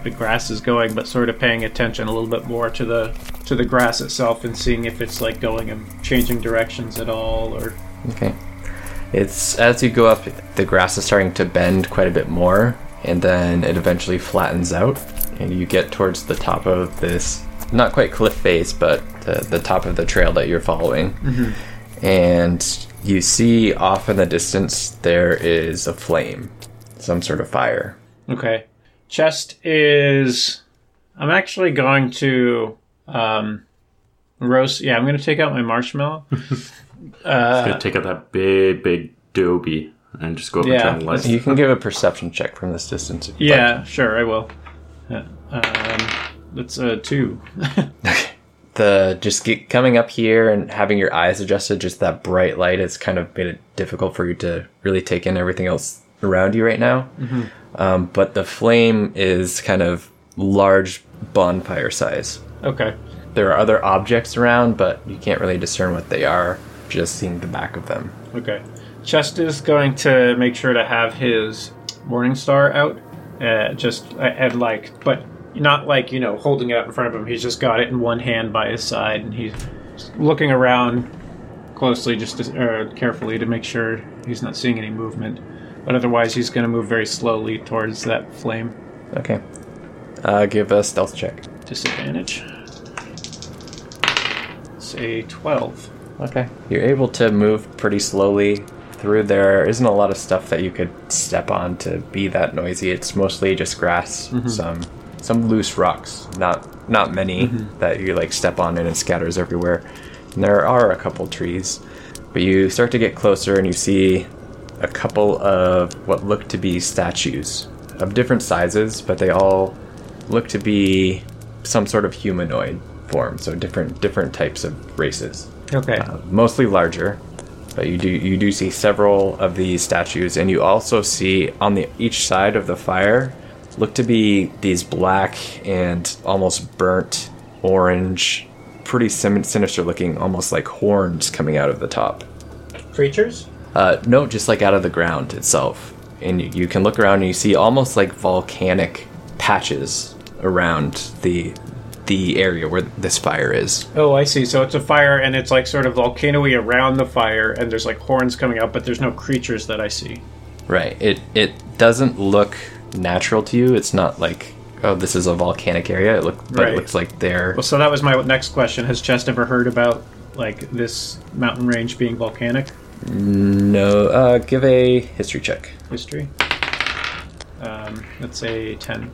D: The grass is going, but sort of paying attention a little bit more to the to the grass itself and seeing if it's like going and changing directions at all, or
B: Okay. It's as you go up, the grass is starting to bend quite a bit more, and then it eventually flattens out, and you get towards the top of this not quite cliff face, but the, the top of the trail that you're following. And you see off in the distance there is a flame, some sort of fire.
D: Okay. Chest is. I'm actually going to um, roast. Yeah, I'm going to take out my marshmallow.
F: It's gonna take out that big, big doby and just go up
D: Yeah.
F: and try and light.
B: You can give a perception check from this distance. if you'd like.
D: Yeah, sure, I will. Yeah, Um, that's a two.
B: the just get, coming up here and having your eyes adjusted just that bright light it's kind of made it difficult for you to really take in everything else around you right now um, but the flame is kind of large bonfire size
D: okay.
B: there are other objects around but you can't really discern what they are just seeing the back of them
D: Okay. Chest is going to make sure to have his Morning Star out. Uh, just and like, but not like you know holding it up in front of him. He's just got it in one hand by his side, and he's looking around closely, just to, uh, carefully to make sure he's not seeing any movement. But otherwise, he's going to move very slowly towards that flame.
B: okay uh, give a stealth check
D: Disadvantage. It's a twelve.
B: Okay. You're able to move pretty slowly through there. Isn't a lot of stuff that you could step on to be that noisy. It's mostly just grass, some some loose rocks, not not many that you like step on and it scatters everywhere. And there are a couple trees, but you start to get closer and you see a couple of what look to be statues of different sizes, but they all look to be some sort of humanoid form, so different different types of races
D: Okay.
B: mostly larger, but you do you do see several of these statues, and you also see on the each side of the fire look to be these black and almost burnt orange, pretty sim- sinister looking, almost like horns coming out of the top.
D: Creatures.
B: Uh, no, just like out of the ground itself, and you, you can look around and you see almost like volcanic patches
A: around the the area where this fire is.
D: Oh, I see. So it's a fire, and it's like sort of volcanoey around the fire, and there's like horns coming out, but there's no creatures that I see.
B: Right. It it doesn't look natural to you. It's not like oh this is a volcanic area. It look but
D: Right.
B: it looks like they're
D: Well, so that was my next question. Has Chest ever heard about like this mountain range being volcanic?
B: no. Uh, give a history check.
D: History. Um, let's say ten.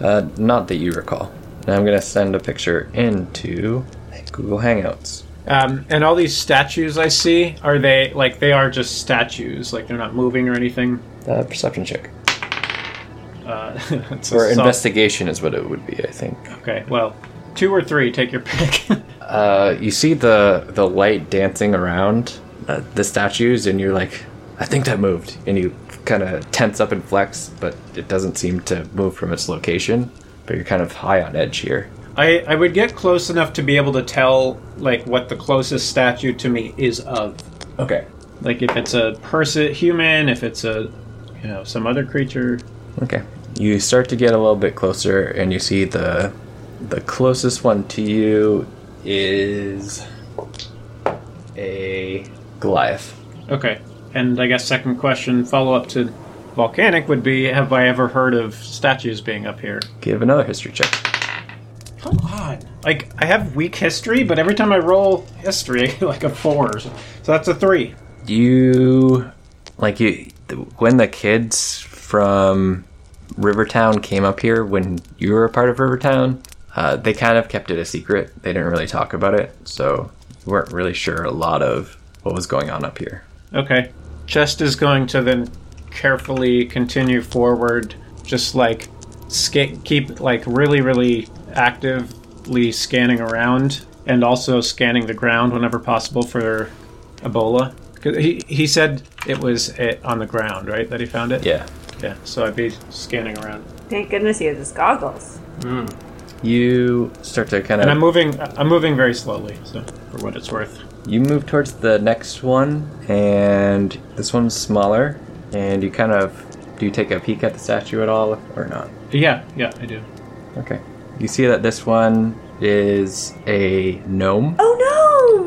B: Uh, not that you recall. And I'm gonna send a picture into Google Hangouts.
D: Um, and all these statues I see, are they like they are just statues? Like they're not moving or anything.
B: Uh, perception check
D: Uh, it's a
B: or
D: soft-
B: investigation is what it would be. I think.
D: Okay. Well, two or three. Take your pick.
B: Uh, you see the the light dancing around uh, the statues, and you're like, I think that moved, and you kind of tense up and flex, but it doesn't seem to move from its location. But you're kind of high on edge here.
D: I, I would get close enough to be able to tell like what the closest statue to me is of.
B: Okay.
D: Like if it's a person, human, if it's a, you know, some other creature.
B: Okay. You start to get a little bit closer, and you see the the closest one to you is a Goliath.
D: Okay. And I guess second question, follow up to volcanic would be: Have I ever heard of statues being up here?
B: Give another history check.
D: Come on. Like I have weak history, but every time I roll history, I get like a four. So that's a three.
B: you like you when the kids from rivertown came up here when you were a part of rivertown uh, they kind of kept it a secret they didn't really talk about it so you weren't really sure a lot of what was going on up here
D: Okay. Chest is going to then carefully continue forward, just like sca- keep like really, really actively scanning around and also scanning the ground whenever possible for Ebola. 'Cause He, he said it was it on the ground, right? That he found it?
B: yeah
D: Yeah. So I'd be scanning around.
H: Thank goodness he has his goggles.
B: you start to kind
D: And I'm
B: of
D: moving I'm moving very slowly, so for what it's worth.
B: you move towards the next one and this one's smaller and you kind of do you take a peek at the statue at all or not
D: Yeah, yeah, I do.
B: Okay. You see that this one is a gnome.
H: Oh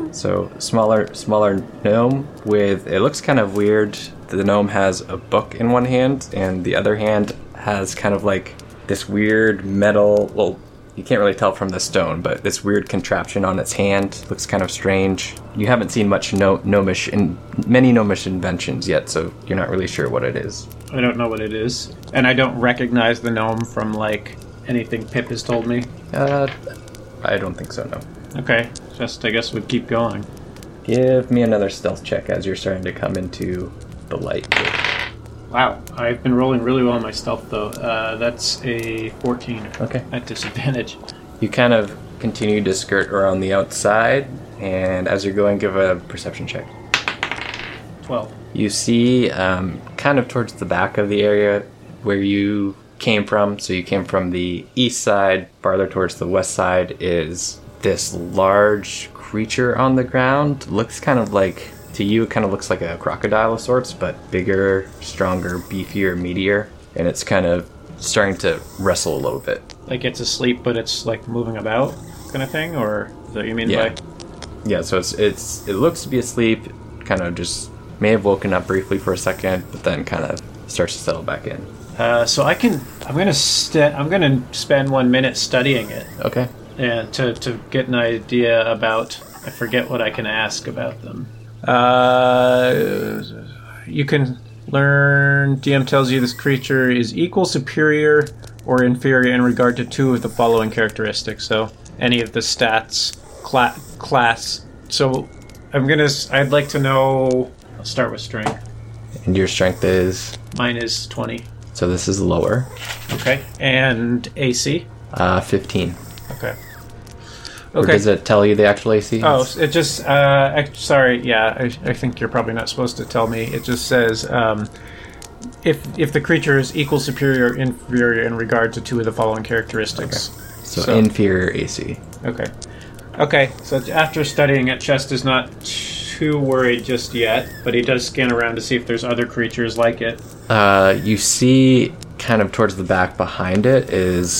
H: no!
B: So smaller, smaller gnome with it looks kind of weird. The gnome has a book in one hand, and the other hand has kind of like this weird metal. Well, you can't really tell from the stone, but this weird contraption on its hand looks kind of strange. You haven't seen much no, gnomish in many gnomish inventions yet, so you're not really sure what it is.
D: I don't know what it is. And I don't recognize the gnome from like anything Pip has told me.
B: Uh, I don't think so. No.
D: Okay, just I guess would keep going.
B: Give me another stealth check as you're starting to come into the light.
D: Wow, I've been rolling really well on my stealth though. Uh, that's a 14
B: Okay.
D: at disadvantage.
B: You kind of continue to skirt around the outside, and as you're going, give a perception check.
D: 12.
B: You see, um, kind of towards the back of the area where you came from. So you came from the east side, farther towards the west side is this large creature on the ground. Looks kind of like, to you, it kind of looks like a crocodile of sorts, but bigger, stronger, beefier, meatier. And it's kind of starting to wrestle a little bit.
D: Like it's asleep, but it's like moving about kind of thing, or is that what you mean
B: Yeah.
D: by?
B: yeah so it's it's it looks to be asleep kind of just may have woken up briefly for a second but then kind of starts to settle back in
D: Uh, so I can. I'm gonna. St- I'm gonna spend one minute studying it,
B: okay
D: and uh, to to get an idea about. I forget what I can ask about them. Uh, you can learn. DM tells you this creature is equal, superior, or inferior in regard to two of the following characteristics. So any of the stats, cla- class. So I'm gonna. s- I'd like to know. I'll start with strength.
B: and your strength is
D: Mine is 20.
B: so this is lower
D: Okay. And AC.
B: uh 15
D: Okay.
B: or does it tell you the actual ac
D: Oh, it just. Uh, I, sorry. Yeah, I, I think you're probably not supposed to tell me. It just says um, if if the creature is equal, superior, or inferior in regard to two of the following characteristics.
B: so,
D: so-
B: inferior ac
D: Okay. Okay. So after studying it, Chest is not too worried just yet, but he does scan around to see if there's other creatures like it.
B: uh you see kind of towards the back behind it is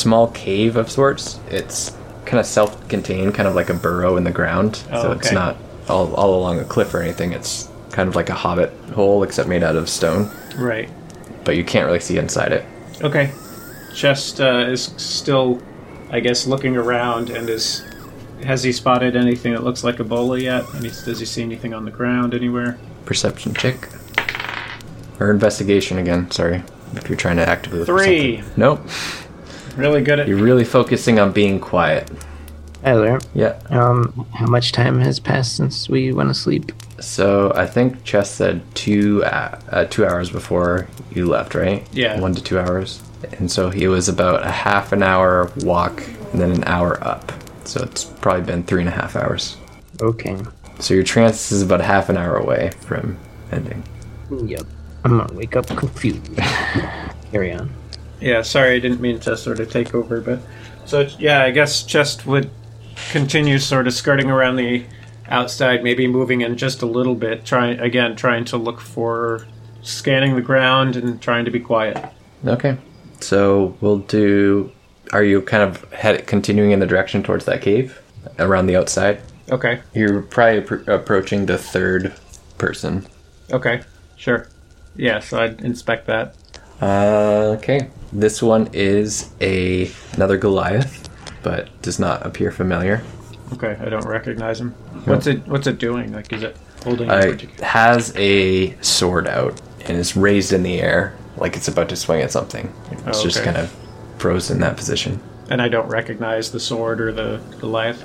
B: small cave of sorts. It's kind of self-contained, kind of like a burrow in the ground. so
D: Oh,
B: it's
D: okay.
B: not all, all along a cliff or anything. It's kind of like a hobbit hole, except made out of stone.
D: Right.
B: But you can't really see inside it.
D: Okay. Chest uh, is still, I guess, looking around and is. Has he spotted anything that looks like Ebola yet? And he's, does he see anything on the ground anywhere?
B: Perception check. Or investigation again, sorry. If you're trying to actively look
D: Three.
B: For something. Nope.
D: Really good at.
B: You're really focusing on being quiet.
G: Tyler,
B: Yeah.
G: um, how much time has passed since we went to sleep?
B: So I think Chess said two uh, uh, two hours before you left, right?
D: Yeah.
B: One to two hours, and so he was about a half an hour walk, and then an hour up. So it's probably been three and a half hours.
G: Okay.
B: So your trance is about a half an hour away from ending.
G: Yep. I'm gonna wake up confused. Carry on.
D: Yeah, sorry, I didn't mean to sort of take over, but so yeah, I guess Chest would continue sort of skirting around the outside, maybe moving in just a little bit, trying again, trying to look for scanning the ground and trying to be quiet.
B: Okay. So we'll do. Are you kind of head continuing in the direction towards that cave around the outside?
D: Okay,
B: You're probably appro- approaching the third person.
D: okay, sure. Yeah, so I'd inspect that.
B: Uh, okay. This one is a another Goliath, but does not appear familiar.
D: Okay, I don't recognize him. What's it? What's it doing? Like, is it holding? a
B: Uh,
D: particular-
B: has a sword out and is raised in the air like it's about to swing at something. It's
D: Oh,
B: just
D: okay.
B: kind of frozen in that position.
D: And I don't recognize the sword or the Goliath.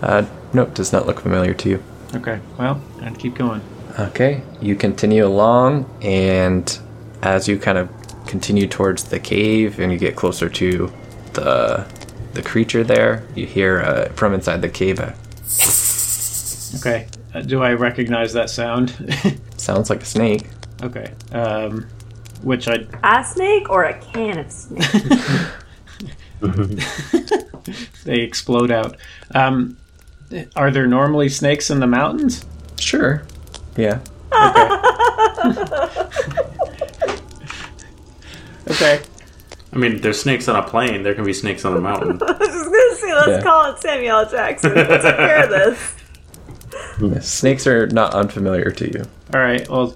B: Uh, nope, does not look familiar to you.
D: Okay, well, I'd keep going.
B: Okay, you continue along, and as you kind of continue towards the cave and you get closer to the the creature there, you hear uh, from inside the cave. A,
D: Okay, uh, do I recognize that sound?
B: sounds like a snake.
D: Okay. Um, which I
H: A snake or a can of snake?
D: they explode out. Um, are there normally snakes in the mountains?
B: Sure. Yeah.
D: Okay.
F: I mean, there's snakes on a plane. There can be snakes on a mountain.
H: I was just gonna say, let's
B: Yeah.
H: call it Samuel L. Jackson. Let's hear this.
B: Snakes are not unfamiliar to you.
D: All right. Well,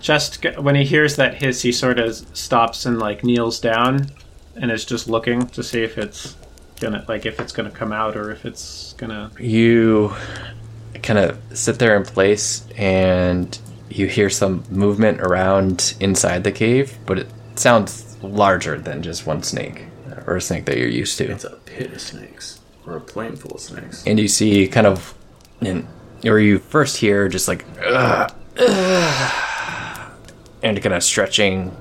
D: just g- when he hears that hiss, he sort of stops and like kneels down, and is just looking to see if it's gonna like if it's gonna come out or if it's gonna.
B: You kind of sit there in place and you hear some movement around inside the cave, but it sounds larger than just one snake or a snake that you're used to.
F: It's a pit of snakes or a plane full of snakes.
B: And you see kind of, and, or you first hear just like, "Ugh, ugh," and kind of stretching,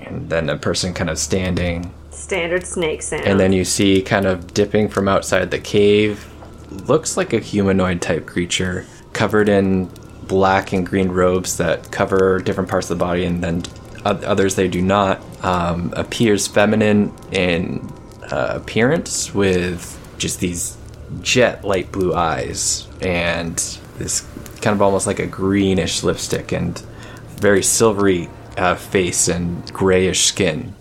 B: and then a person kind of standing.
H: Standard snake sound.
B: and then you see kind of dipping from outside the cave looks like a humanoid type creature covered in black and green robes that cover different parts of the body and then oth- others they do not um, appears feminine in uh, appearance with just these jet light blue eyes and this kind of almost like a greenish lipstick and very silvery uh, face and grayish skin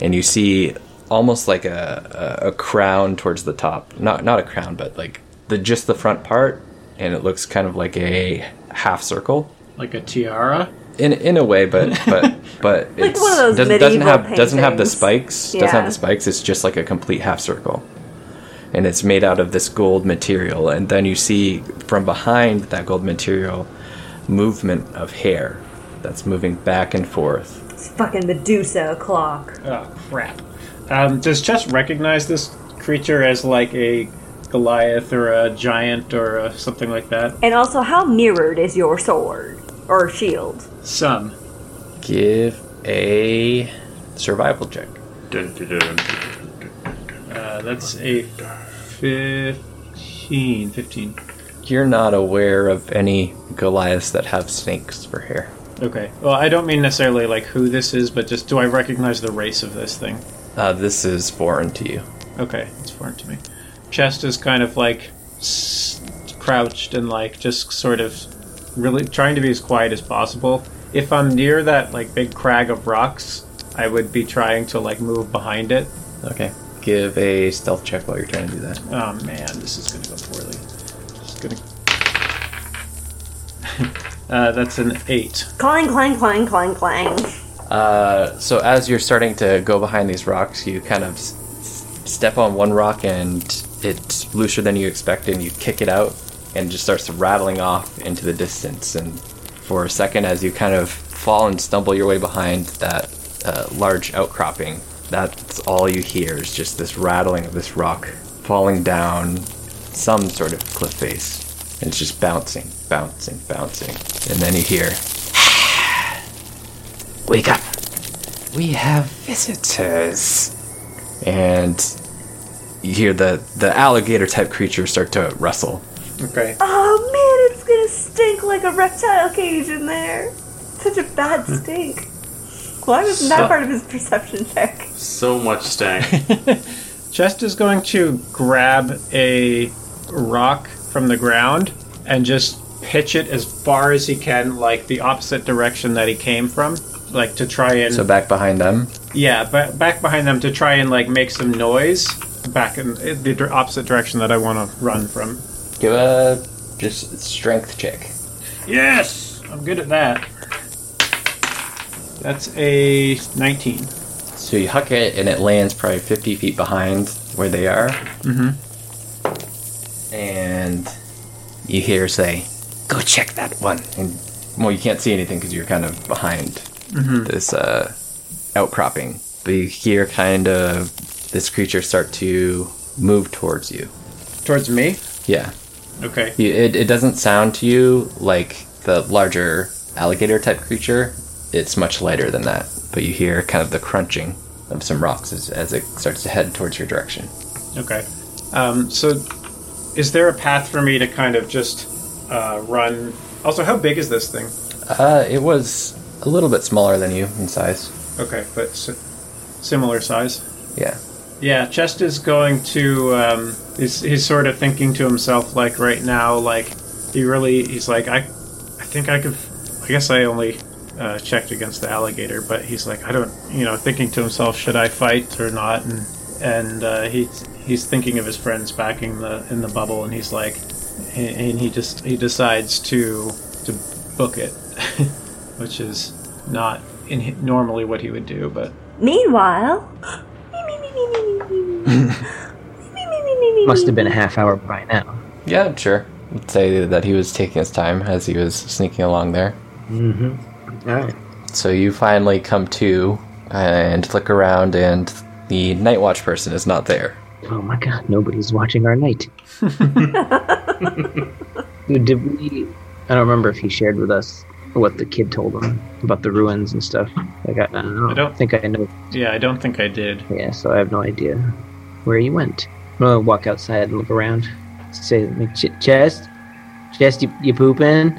B: and you see almost like a, a, a crown towards the top. Not not a crown, but like the just the front part, and it looks kind of like a half circle
D: Like a tiara.
B: in in a way, but but but it's,
H: one of those
B: doesn't, doesn't
H: medieval
B: have doesn't have the
H: paintings.
B: spikes. Doesn't
H: Yeah.
B: have the spikes. It's just like a complete half circle, and it's made out of this gold material. And then you see from behind that gold material movement of hair that's moving back and forth.
H: It's fucking Medusa o'clock.
D: Oh crap! Um, does Chess recognize this creature as like a Goliath or a giant or uh something like that?
H: And also, how mirrored is your sword or shield?
D: Some.
B: Give a survival check.
F: Dun, dun, dun, dun, dun, dun.
D: Uh, that's a fifteen. Fifteen.
B: You're not aware of any Goliaths that have snakes for hair.
D: Okay. Well, I don't mean necessarily like who this is, but just do I recognize the race of this thing?
B: Uh, this is foreign to you.
D: Okay, it's foreign to me. Chest is kind of like s- crouched and like just sort of really trying to be as quiet as possible. If I'm near that like big crag of rocks, I would be trying to like move behind it.
B: Okay. give a stealth check while you're trying to do that.
D: Oh man, this is gonna go poorly. It's gonna. uh, that's an eight.
H: Clang, clang, clang, clang, clang.
B: Uh, so as you're starting to go behind these rocks, you kind of s- s- step on one rock and it's looser than you expect, and you kick it out and it just starts rattling off into the distance. And for a second, as you kind of fall and stumble your way behind that uh, large outcropping, that's all you hear is just this rattling of this rock falling down some sort of cliff face. And it's just bouncing, bouncing, bouncing. And then you hear Wake up. We have visitors. And you hear the, the alligator type creature start to rustle.
D: Okay.
H: Oh man, it's gonna stink like a reptile cage in there. Such a bad stink. Why was that
F: So-
H: part of his perception check?
F: So much stank.
D: Chest is going to grab a rock from the ground and just pitch it as far as he can, like the opposite direction that he came from, like to try and
B: So back behind them.
D: yeah, ba- back behind them to try and like make some noise back in in the dir- opposite direction that I want to run from.
B: Give a just strength check.
D: Yes, I'm good at that. That's a 19.
B: So you huck it and it lands probably 50 feet behind where they are. Mm-hmm. And you hear say, go check that one. And well, you can't see anything because you're kind of behind this uh, outcropping. But you hear kind of this creature start to move towards you.
D: Towards me?
B: Yeah.
D: Okay.
B: You, it, it doesn't sound to you like the larger alligator type creature. It's much lighter than that, but you hear kind of the crunching of some rocks as, as it starts to head towards your direction.
D: Okay. Um, so, is there a path for me to kind of just uh, run? Also, how big is this thing?
B: Uh, it was a little bit smaller than you in size.
D: Okay, but s similar size.
B: Yeah.
D: Yeah, Chest is going to. Um, he's, he's sort of thinking to himself, like right now, like he really. He's like, I, I think I could. I guess I only uh, checked against the alligator, but he's like, I don't. You know, thinking to himself, should I fight or not? And and uh, he's he's thinking of his friends back in the in the bubble, and he's like, and and he just he decides to to book it, which is not in, normally what he would do, but
H: Meanwhile, me, me, me, me, me, me, me. Me, me, me, me, me,
G: Must
H: me.
G: have been a half hour by now.
B: Yeah, sure. I'd say that he was taking his time as he was sneaking along there.
G: All right.
B: So you finally come to and look around, and the night watch person is not there.
G: Oh my god, nobody's watching our night. Did we? I don't remember if he shared with us what the kid told him about the ruins and stuff. Like I, I, don't,
D: I don't-
G: think I know.
D: yeah, I don't think I did.
G: Yeah, so I have no idea where he went. I'm gonna walk outside and look around. Say, like, "Ch- chest, chest, you, you pooping?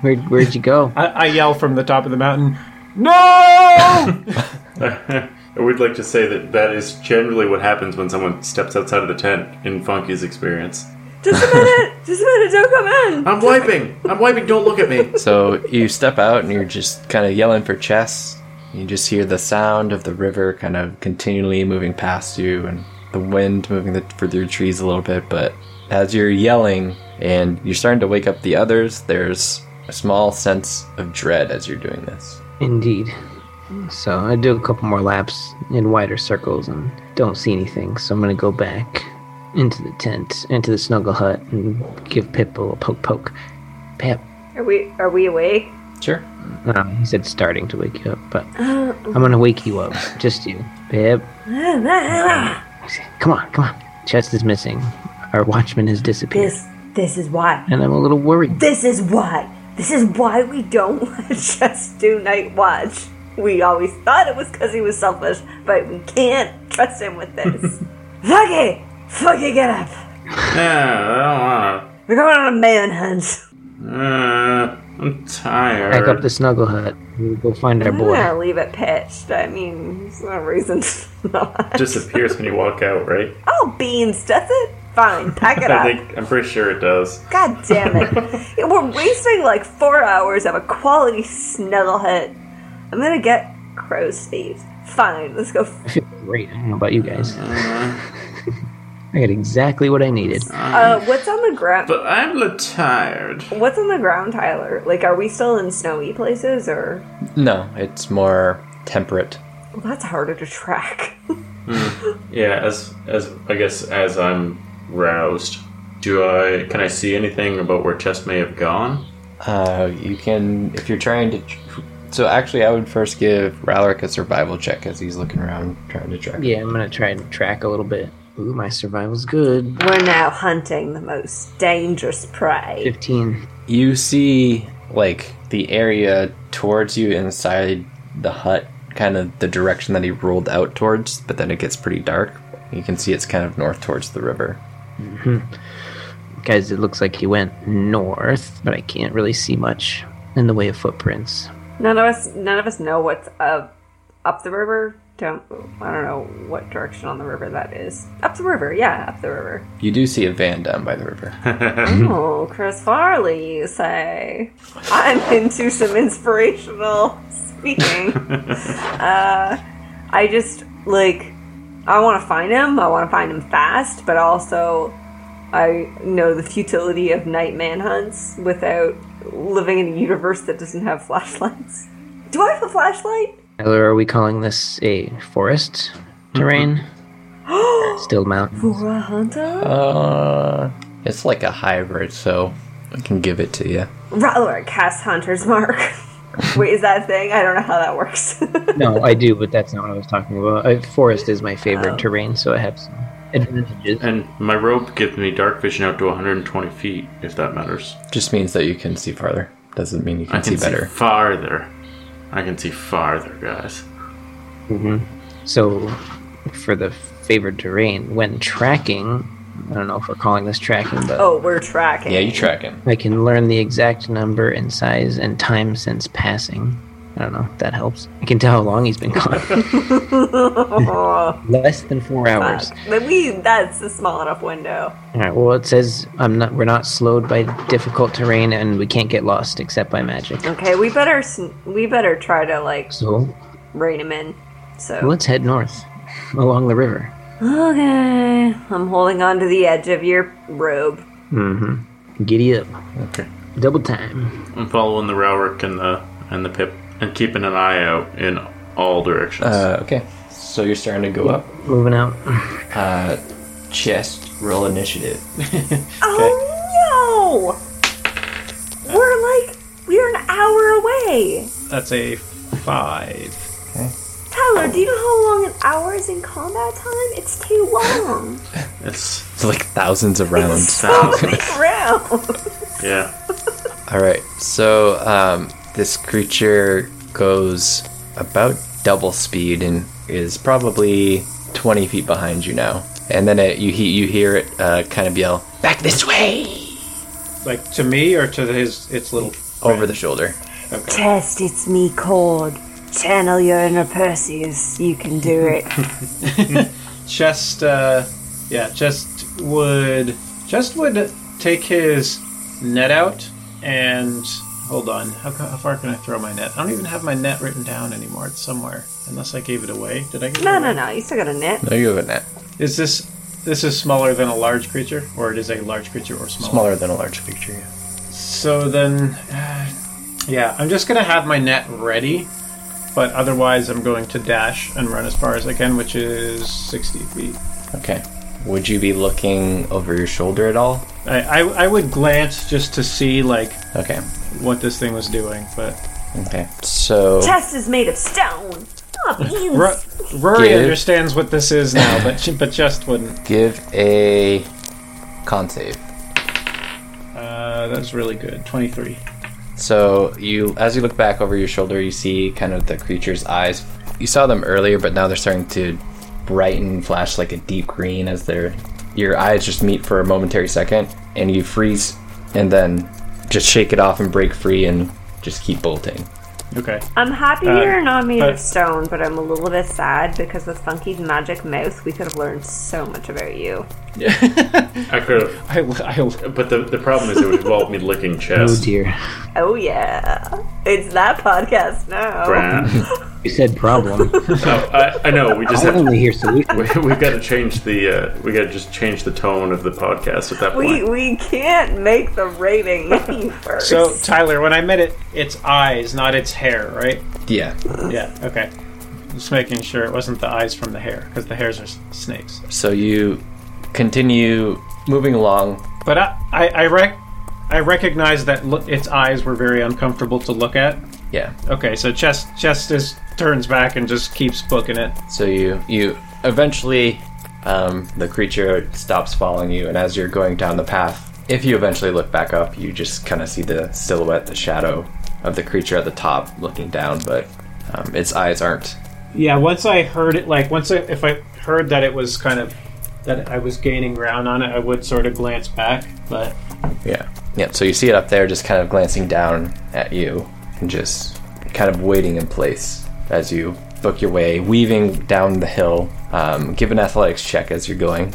G: Where, where'd you go?
D: I, I yell from the top of the mountain, No!
F: I would like to say that that is generally what happens when someone steps outside of the tent in Funky's experience.
H: Just a minute! Just a minute! Don't come in!
F: I'm wiping! I'm wiping! Don't look at me!
B: So you step out and you're just kind of yelling for chess. You just hear the sound of the river kind of continually moving past you and the wind moving the, through the trees a little bit. But as you're yelling and you're starting to wake up the others, there's a small sense of dread as you're doing this.
G: Indeed. So I do a couple more laps in wider circles and don't see anything. So I'm gonna go back into the tent, into the snuggle hut, and give Pitbull a poke poke. Pip.
H: Are we are we awake?
B: Sure.
G: No, he said starting to wake you up, but I'm gonna wake you up, just you, Pip. Come on, come on. Chest is missing. Our watchman has disappeared,
H: This this is why.
G: and I'm a little worried.
H: This is why. This is why we don't let just do night watch. We always thought it was because he was selfish, but we can't trust him with this. Fuck it! Fuck it, get up!
F: Yeah, I
H: We're going on a manhunt.
F: don't wanna. Uh, I'm tired.
G: Back up the snuggle hut. We'll go find our
H: I'm
G: boy.
H: gonna leave it pitched. I mean, there's no reason to not.
F: Disappears when you walk out, right?
H: Oh, beans, does it? Fine, pack it
F: I
H: up.
F: think I'm pretty sure it does.
H: God damn it. Yeah, We're wasting like four hours of a quality snuggle hut. I'm gonna get crow's feet. Fine, let's go. f-
G: great. I don't know about you guys. I got exactly what I needed.
H: Uh, what's on the ground?
F: But I'm a little tired.
H: What's on the ground, Tyler? Like, are we still in snowy places, or
B: No, it's more temperate.
H: well, that's harder to track?
F: Yeah, as as I guess as I'm roused, do I can I see anything about where Chess may have gone?
B: Uh, you can, if you're trying to. Tr- so actually, I would first give Ralric a survival check as he's looking around trying to track.
G: Yeah, I'm gonna try and track a little bit. Ooh, my survival's good.
H: We're now hunting the most dangerous prey.
G: Fifteen.
B: You see, like, the area towards you inside the hut, kind of the direction that he rolled out towards, but then it gets pretty dark. You can see it's kind of north towards the river.
G: Guys, it looks like he went north, but I can't really see much in the way of footprints.
H: None of us, none of us know what's up up the river. Don't I don't know what direction on the river that is. Up the river, yeah, up the river.
B: You do see a van down by the river.
H: Oh, Chris Farley, you say? I'm into some inspirational speaking. uh, I just, like, I want to find him. I want to find him fast, but also I know the futility of night manhunts without living in a universe that doesn't have flashlights. Do I have a flashlight?
G: Tyler, are we calling this a forest terrain? Still mountain.
H: Or a hunter?
B: uh, it's like a hybrid, so I can give it to you.
H: Rattler casts oh, Hunter's Mark. Wait, is that a thing? I don't know how that works.
G: No, I do, but that's not what I was talking about. I, forest is my favorite terrain, so I have some advantages.
F: And my rope gives me dark vision out to 120 feet, if that matters.
B: Just means that you can see farther. Doesn't mean you can,
F: I can
B: see better.
F: farther. I can see farther, guys.
G: So, for the favored terrain, when tracking, I don't know if we're calling this tracking, but
H: oh, we're tracking.
B: yeah, you tracking.
G: I can learn the exact number and size and time since passing. I don't know if that helps. I can tell how long he's been gone. Less than four hours.
H: Oh, But we that's a small enough window.
G: All right. Well, it says I'm not. We're not slowed by difficult terrain, and we can't get lost except by magic.
H: Okay, we better sn- we better try to like
G: So
H: rein him in. So
G: let's head north along the river.
H: okay, I'm holding on to the edge of your robe.
G: Giddy up.
F: Okay.
G: Double time.
F: I'm following the Rowrick and the and the Pip and keeping an eye out in all directions.
B: Uh, okay. So you're starting to go up.
G: Moving out.
B: Chest roll initiative.
H: Oh no! We're like we're an hour away.
J: That's a five.
H: Tyler, do you know how long an hour is in combat time? It's too long.
F: it's
B: It's like thousands of rounds.
H: So many rounds.
F: yeah.
B: All right. So um, this creature goes about double speed and is probably 20 feet behind you now. And then it, you he, you hear it uh, kind of yell back this way
J: Like to me or to his its little
B: over the shoulder.
E: Test, it's me, Cord. Channel your inner Perseus. You can do it.
J: chest uh yeah chest would chest would take his net out and hold on how, ca- how far can i throw my net i don't even have my net written down anymore it's somewhere unless i gave it away did i give it
H: No,
J: away?
H: no, no. You still got a net.
B: No, you have a net
J: is this this is smaller than a large creature or it is a large creature or smaller,
B: smaller than a large creature. yeah.
J: so then uh, yeah i'm just gonna have my net ready but otherwise i'm going to dash and run as far as i can which is 60 feet
B: Okay. Would you be looking over your shoulder at all?
J: I, I, I would glance just to see like
B: Okay.
J: what this thing was doing but
B: Okay. So
H: Test is made of stone. Not beans.
J: Ru- Rory
B: Give.
J: understands what this is now, but she, but just wouldn't.
B: give a con save.
J: Uh, that's really good. Twenty-three.
B: So you, as you look back over your shoulder, you see kind of the creature's eyes. You saw them earlier, but now they're starting to brighten, and flash like a deep green as their your eyes just meet for a momentary second, and you freeze, and then just shake it off and break free and just keep bolting.
J: Okay.
H: I'm happy
J: Uh,
H: you're not made
J: uh,
H: of stone, but I'm a little bit sad because with Funky's magic mouse, we could have learned so much about you.
F: I could have,
D: I, I,
F: but the, the problem is it would involve me licking chest.
G: Oh dear.
H: Oh yeah, it's that podcast now.
F: Brad.
G: You said problem.
F: No, I, I know. We just
G: I
F: have
G: only
F: to,
G: hear solution.
F: we, we've got to change the uh, we got to just change the tone of the podcast at that
H: We
F: point.
H: we can't make the rating any worse.
D: so Tyler, when I met it, its eyes, not its hair, right?
B: Yeah.
D: Yeah. Okay. Just making sure it wasn't the eyes from the hair, because the hairs are s- snakes.
B: So you continue moving along.
D: But I, I, I rec, I recognize that lo- its eyes were very uncomfortable to look at.
B: Yeah.
D: Okay, so chest, chest is turns back and just keeps booking it.
B: So you you eventually um, the creature stops following you, and as you're going down the path, if you eventually look back up, you just kind of see the silhouette, the shadow of the creature at the top looking down, but um, its eyes aren't.
D: Yeah, once I heard it, like once I, if I heard that it was kind of that I was gaining ground on it, I would sort of glance back. But
B: Yeah. Yeah. So you see it up there, just kind of glancing down at you, and just kind of waiting in place as you book your way, weaving down the hill. Um, give an athletics check as you're going.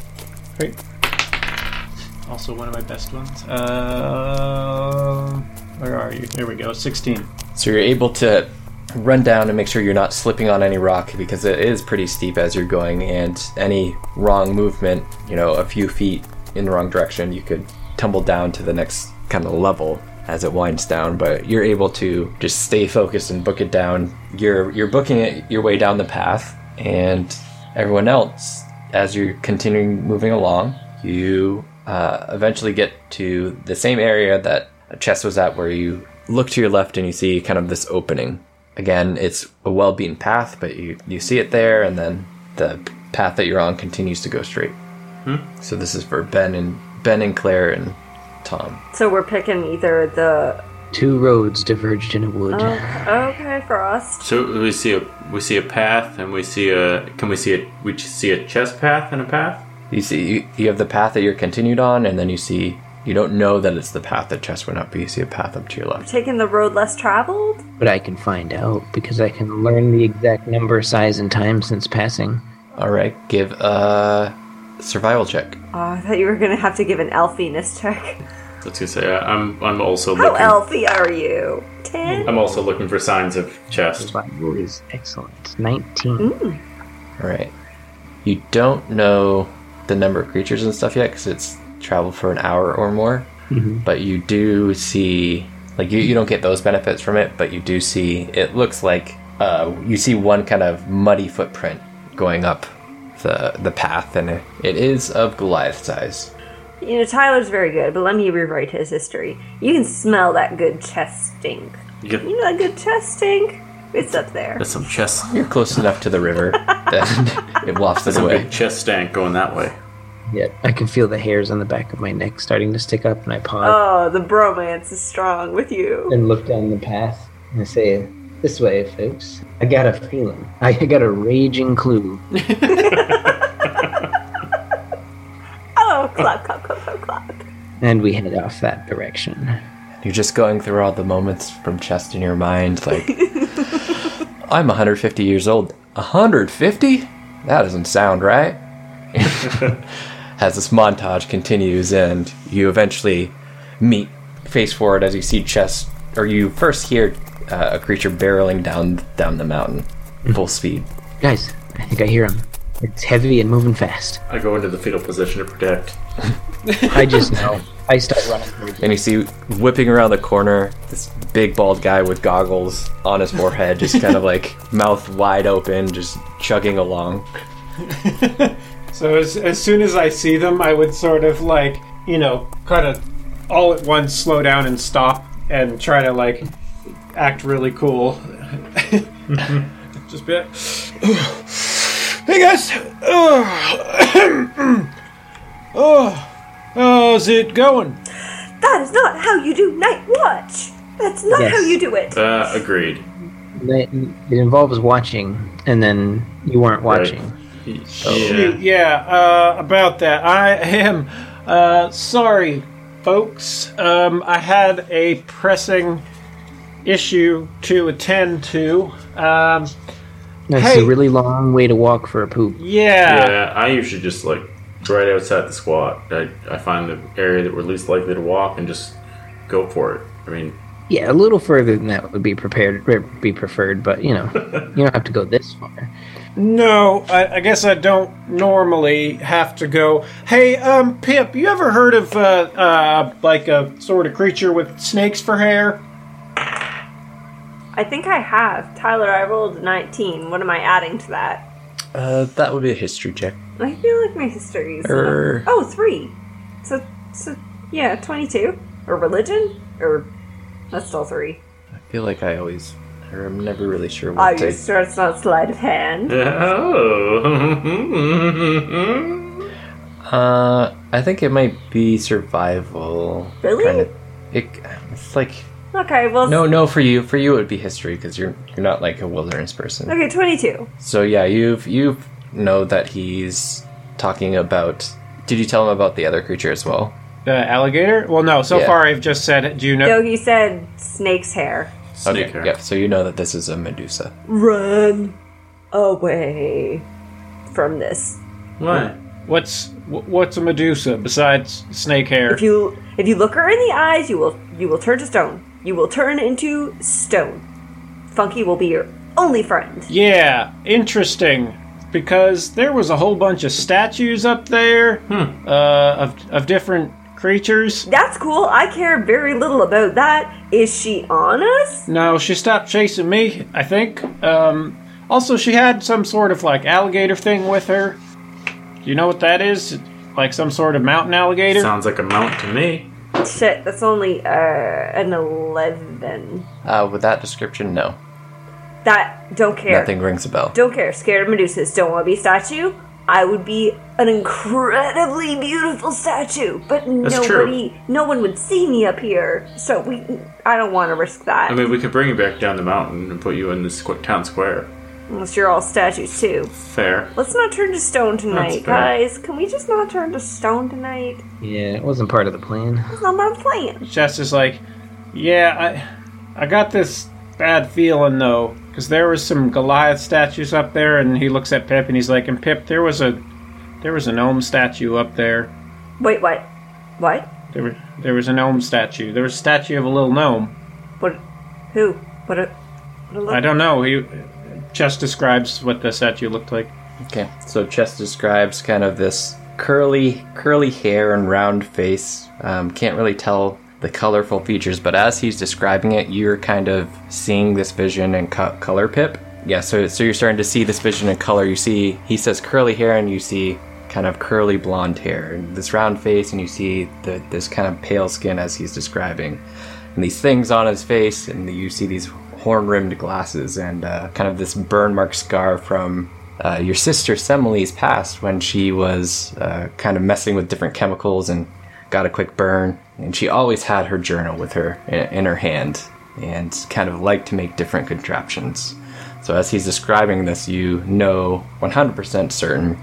D: also one of my best ones. Uh, where are you? Here we go. Sixteen.
B: So you're able to run down and make sure you're not slipping on any rock because it is pretty steep as you're going, and any wrong movement, you know, a few feet in the wrong direction, you could tumble down to the next kind of level as it winds down. But you're able to just stay focused and book it down. You're you're booking it your way down the path, and everyone else, as you're continuing moving along, you uh, eventually get to the same area that chest was at, where you look to your left and you see kind of this opening. Again, it's a well-beaten path, but you you see it there, and then the path that you're on continues to go straight. So this is for Ben and Ben and Claire and Tom.
H: So we're picking either the
G: Two roads diverged in a wood.
H: okay frost.
F: So we see a we see a path, and we see a can we see a we see a chest path and a path.
B: You see, you, you have the path that you're continued on, and then you see you don't know that it's the path that Chess went up, but you see a path up to your left.
H: Taking the road less traveled.
G: But I can find out because I can learn the exact number, size, and time since passing.
B: All right, give a survival check.
H: Oh, I thought you were gonna have to give an elfiness check.
F: Let's just say I- I'm I'm also
H: How
F: looking.
H: elfy are you? Ten.
F: I'm also looking for signs of chest.
G: Survival is excellent. 19.
B: All right, you don't know the number of creatures and stuff yet because it's traveled for an hour or more, but you do see like you, you don't get those benefits from it, but you do see it looks like uh, you see one kind of muddy footprint going up the the path, and it, it is of Goliath size.
F: Mm.
H: You know Tyler's very good, but let me rewrite his history. You can smell that good chest stink.
F: You get-
H: You know that good chest stink? It's up there.
F: That's some chest.
B: You're close enough to the river that it wafts it
F: Some
B: away.
F: big chest stank going that way.
G: Yep. I can feel the hairs on the back of my neck starting to stick up, and I pause
H: Oh, the bromance is strong with you.
G: and look down the path and I say, This way, folks. I got a feeling. I got a raging clue.
H: Oh, clap, clap, clap, clap, clap.
G: And we head off that direction.
B: You're just going through all the moments from chest in your mind, like I'm 150 years old. 150? That doesn't sound right. as this montage continues, and you eventually meet face forward as you see chest, or you first hear uh, a creature barreling down down the mountain, full speed.
G: Guys, I think I hear him. It's heavy and moving fast.
F: I go into the fetal position to protect.
G: I just know. I start running towards
B: and you see whipping around the corner this big bald guy with goggles on his forehead just kind of like mouth wide open just chugging along
D: So as, as soon as I see them, I would sort of like, you know, kind of all at once slow down and stop and try to like act really cool. Just be like, hey guys! Oh. oh, how's it going?
H: That is not how you do night watch. That's not
G: Yes.
H: how you do it.
F: Uh, agreed.
G: It it involves watching, and then you weren't watching.
F: Yeah.
D: Yeah, uh, about that. I am uh, sorry, folks. Um, I had a pressing issue to attend to. Um,
G: That's
D: Hey.
G: a really long way to walk for a poop.
D: yeah,
F: Yeah, I usually just like It's right outside the squat. I, I find the area that we're least likely to walk and just go for it. I mean,
G: Yeah, a little further than that would be prepared er, be preferred, but you know, you don't have to go this far.
D: No, I, I guess I don't normally have to go. Hey, um, Pip, you ever heard of uh, uh, like a sort of creature with snakes for hair?
H: I think I have. Tyler, I rolled a 19. What am I adding to that?
B: Uh, that would be a history check.
H: I feel like my history is.
F: Er.
B: Err.
H: Oh, three. So, so yeah, 22. Or religion? Or. That's still three.
B: I feel like I always, or I'm never really sure
H: Are
B: what
H: you
B: to.
H: sure it's not sleight of hand?
F: oh.
B: Uh, I think it might be survival.
H: Really?
B: Kind of, it, it's like
H: Okay, well.
B: no, no. For you, for you, it would be history because you're you're not like a wilderness person.
H: Okay, 22.
B: So yeah, you've you know that he's talking about. Did you tell him about the other creature as well?
D: The alligator? Well, no. So
B: Yeah.
D: far, I've just said, do you know?
H: No, he said snake's hair.
B: Okay.
F: Snake hair.
B: Yeah. So you know that this is a Medusa.
H: Run away from this.
F: What?
D: What's wh- what's a Medusa besides snake hair?
H: If you if you look her in the eyes, you will you will turn to stone. You will turn into stone. Funky will be your only friend.
D: Yeah, interesting. Because there was a whole bunch of statues up there uh, of of different creatures.
H: That's cool. I care very little about that. Is she on us?
D: No, she stopped chasing me. I think. Um, also, she had some sort of like alligator thing with her. Do you know what that is? Like some sort of mountain alligator.
F: Sounds like a mount to me.
H: Shit, that's only uh, an eleven.
B: Uh, with that description, no,
H: That don't care.
B: nothing rings a bell.
H: Don't care. Scared of Medusas. Don't want to be a statue. I would be an incredibly beautiful statue, but
F: That's true.
H: nobody, no one would see me up here. So we, I don't want to risk that
F: I mean, we could bring you back down the mountain and put you in the squ- town square.
H: unless you're all statues too.
F: Fair.
H: Let's not turn to stone tonight,
F: fair.
H: guys. Can we just not turn to stone tonight?
G: Yeah, it wasn't part of the plan.
H: That's not my plan.
D: Jess is like, yeah, I, I got this bad feeling though, because there was some Goliath statues up there, and he looks at Pip and he's like, and Pip, there was a, there was a gnome statue up there.
H: Wait, what? What?
D: There, were, there was a gnome statue. There was a statue of a little gnome.
H: What? Who? What? A, what a
D: I
H: look.
D: don't know. He just describes what the statue looked like.
B: Okay. So Chess describes kind of this curly, curly hair and round face. Um, can't really tell the colorful features, but as he's describing it, you're kind of seeing this vision and co- color pip. Yeah. So so you're starting to see this vision in color. You see he says curly hair, and you see kind of curly blonde hair and this round face, and you see the, this kind of pale skin as he's describing, and these things on his face, and you see these horn-rimmed glasses and uh, kind of this burn mark scar from uh, your sister Semile's past when she was uh, kind of messing with different chemicals and got a quick burn. And she always had her journal with her in, in her hand and kind of liked to make different contraptions. So as he's describing this, you know 100% certain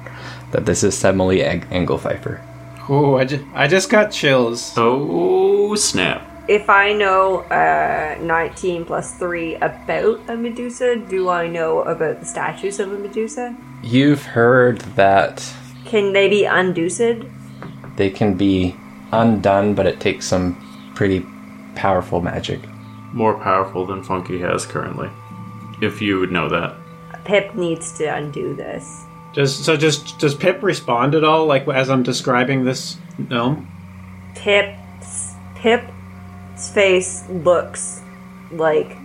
B: that this is Semele Eng- Engelpfeifer.
D: Oh, I just, I just got chills.
F: Oh, snap.
H: If I know uh, 19 plus 3 about a Medusa, do I know about the statues of a Medusa?
B: You've heard that
H: Can they be unduced?
B: they can be undone, but it takes some pretty powerful magic.
F: More powerful than Funky has currently. If you would know that.
H: Pip needs to undo this.
D: Just, so just, does Pip respond at all? Like as I'm describing this gnome?
H: Pip's Pip's face looks like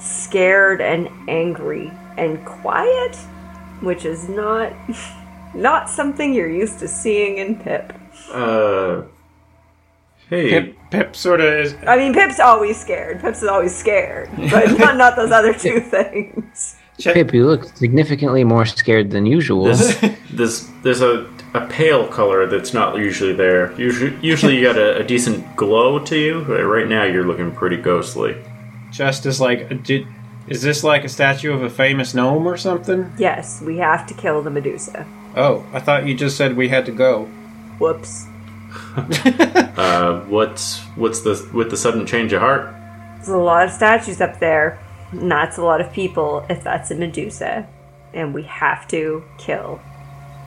H: scared and angry and quiet, which is not not something you're used to seeing in Pip.
F: Uh. Hey.
D: Pip, Pip sort of is,
H: I mean, Pip's always scared. Pip's is always scared, but not, not those other two things.
G: Pip, you look significantly more scared than usual.
F: This, this, there's a, a pale color that's not usually there. Usually, usually you got a, a decent glow to you. but Right now, you're looking pretty ghostly.
D: Just as like, did, is this like a statue of a famous gnome or something?
H: Yes, we have to kill the Medusa.
D: Oh, I thought you just said we had to go.
H: Whoops.
F: Uh, what's what's the with the sudden change of heart?
H: There's a lot of statues up there, and that's a lot of people if that's a Medusa. And we have to kill